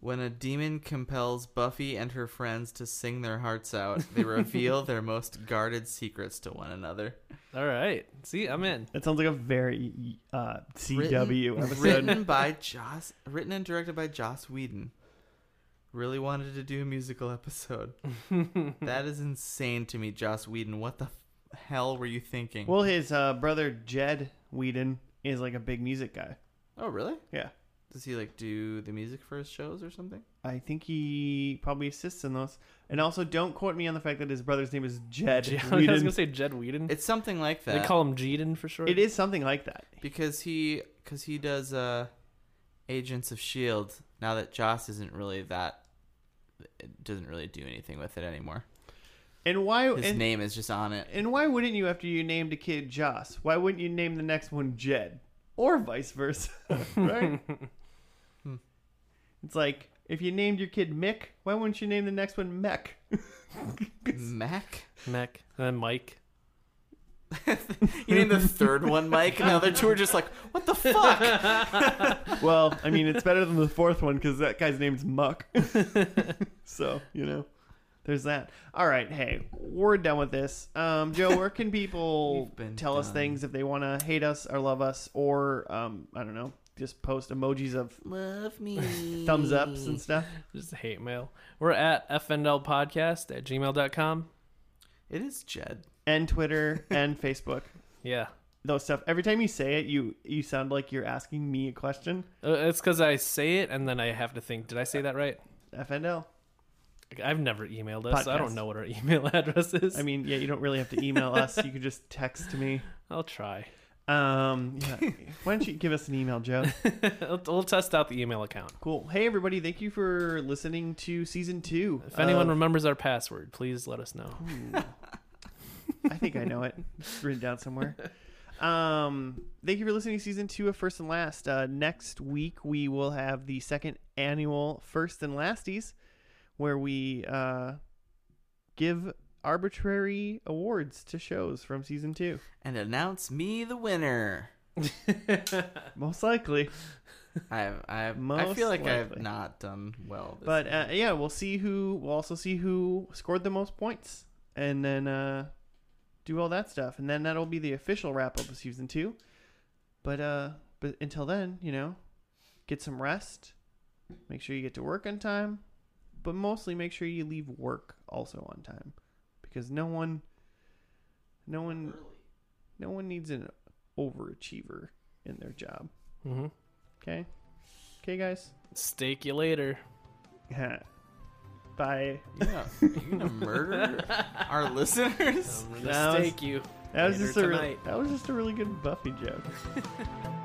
When a demon compels Buffy and her friends to sing their hearts out, they reveal their most guarded secrets to one another.
All right, see, I'm in.
That sounds like a very uh, CW
written,
episode.
written by Joss, written and directed by Joss Whedon. Really wanted to do a musical episode. that is insane to me, Joss Whedon. What the hell were you thinking?
well, his uh, brother Jed Whedon is like a big music guy.
oh, really?
Yeah.
Does he like do the music for his shows or something?
I think he probably assists in those. And also, don't quote me on the fact that his brother's name is Jed
Je- I was
Whedon.
gonna say Jed Whedon.
It's something like
They
that
call him Jeden for short.
It is something like that.
because he because he does uh, Agents of Shield. E Now that Joss isn't really that, it doesn't really do anything with it anymore.
And why?
His
Oh, And,
name is just on it.
and why wouldn't you after you named a kid Joss? Why wouldn't you name the next one Jed? Or vice versa, right?
Hmm.
it's like if you named your kid Mick, why wouldn't you name the next one Mech?
Mac.
Mac and then Mike.
You mean the third one, Mike? And the other two are just like, what the fuck?
well, I mean, it's better than the fourth one because that guy's name's Muck. so you know, there's that. All right, hey, we're done with this. Um, Joe, where can people
We've been
tell us
done.
things if they want to hate us or love us, or um, I don't know, just post emojis of
Love me.
thumbs ups and stuff.
Just hate mail. We're at FNL Podcast at gmail.com.
It is Jed.
and Twitter and Facebook.
Yeah.
those stuff. Every time you say it, you you sound like you're asking me a question.
Uh, it's because I say it and then I have to think, did I say that right?
FNL.
Like, I've never emailed us. so I
Podcast.
don't know what our email address is.
I mean, yeah, you don't really have to email us. You can just text me.
I'll try.
Um, yeah. Why don't you give us an email, Joe?
we'll, we'll test out the email account.
Cool. Hey, everybody. Thank you for listening to season two.
If anyone
of-
remembers our password, please let us know.
Ooh. I think I know it. It's written down somewhere. Um, thank you for listening to season two of First and Last. Uh, next week we will have the second annual First and Lasties, where we uh, give arbitrary awards to shows from season two.
and announce me the winner.
Mm-hmm.
Most likely.
I've, I've, I
Most
feel like I've
likely.
not done well. This
But uh, yeah, we'll see who. We'll also see who scored the most points, and then uh, do all that stuff, and then that'll be the official wrap up of season two. But uh, but until then, you know, get some rest. Make sure you get to work on time, but mostly make sure you leave work also on time, because no one, no one, no one needs an overachiever in their job.
hmm
Okay, okay, guys.
Stake you later.
Bye.
You know, are you gonna murder our listeners?
I'm
That
gonna
was-
stake you.
That was
later
just a really,
tonight.
that was just a really good Buffy joke.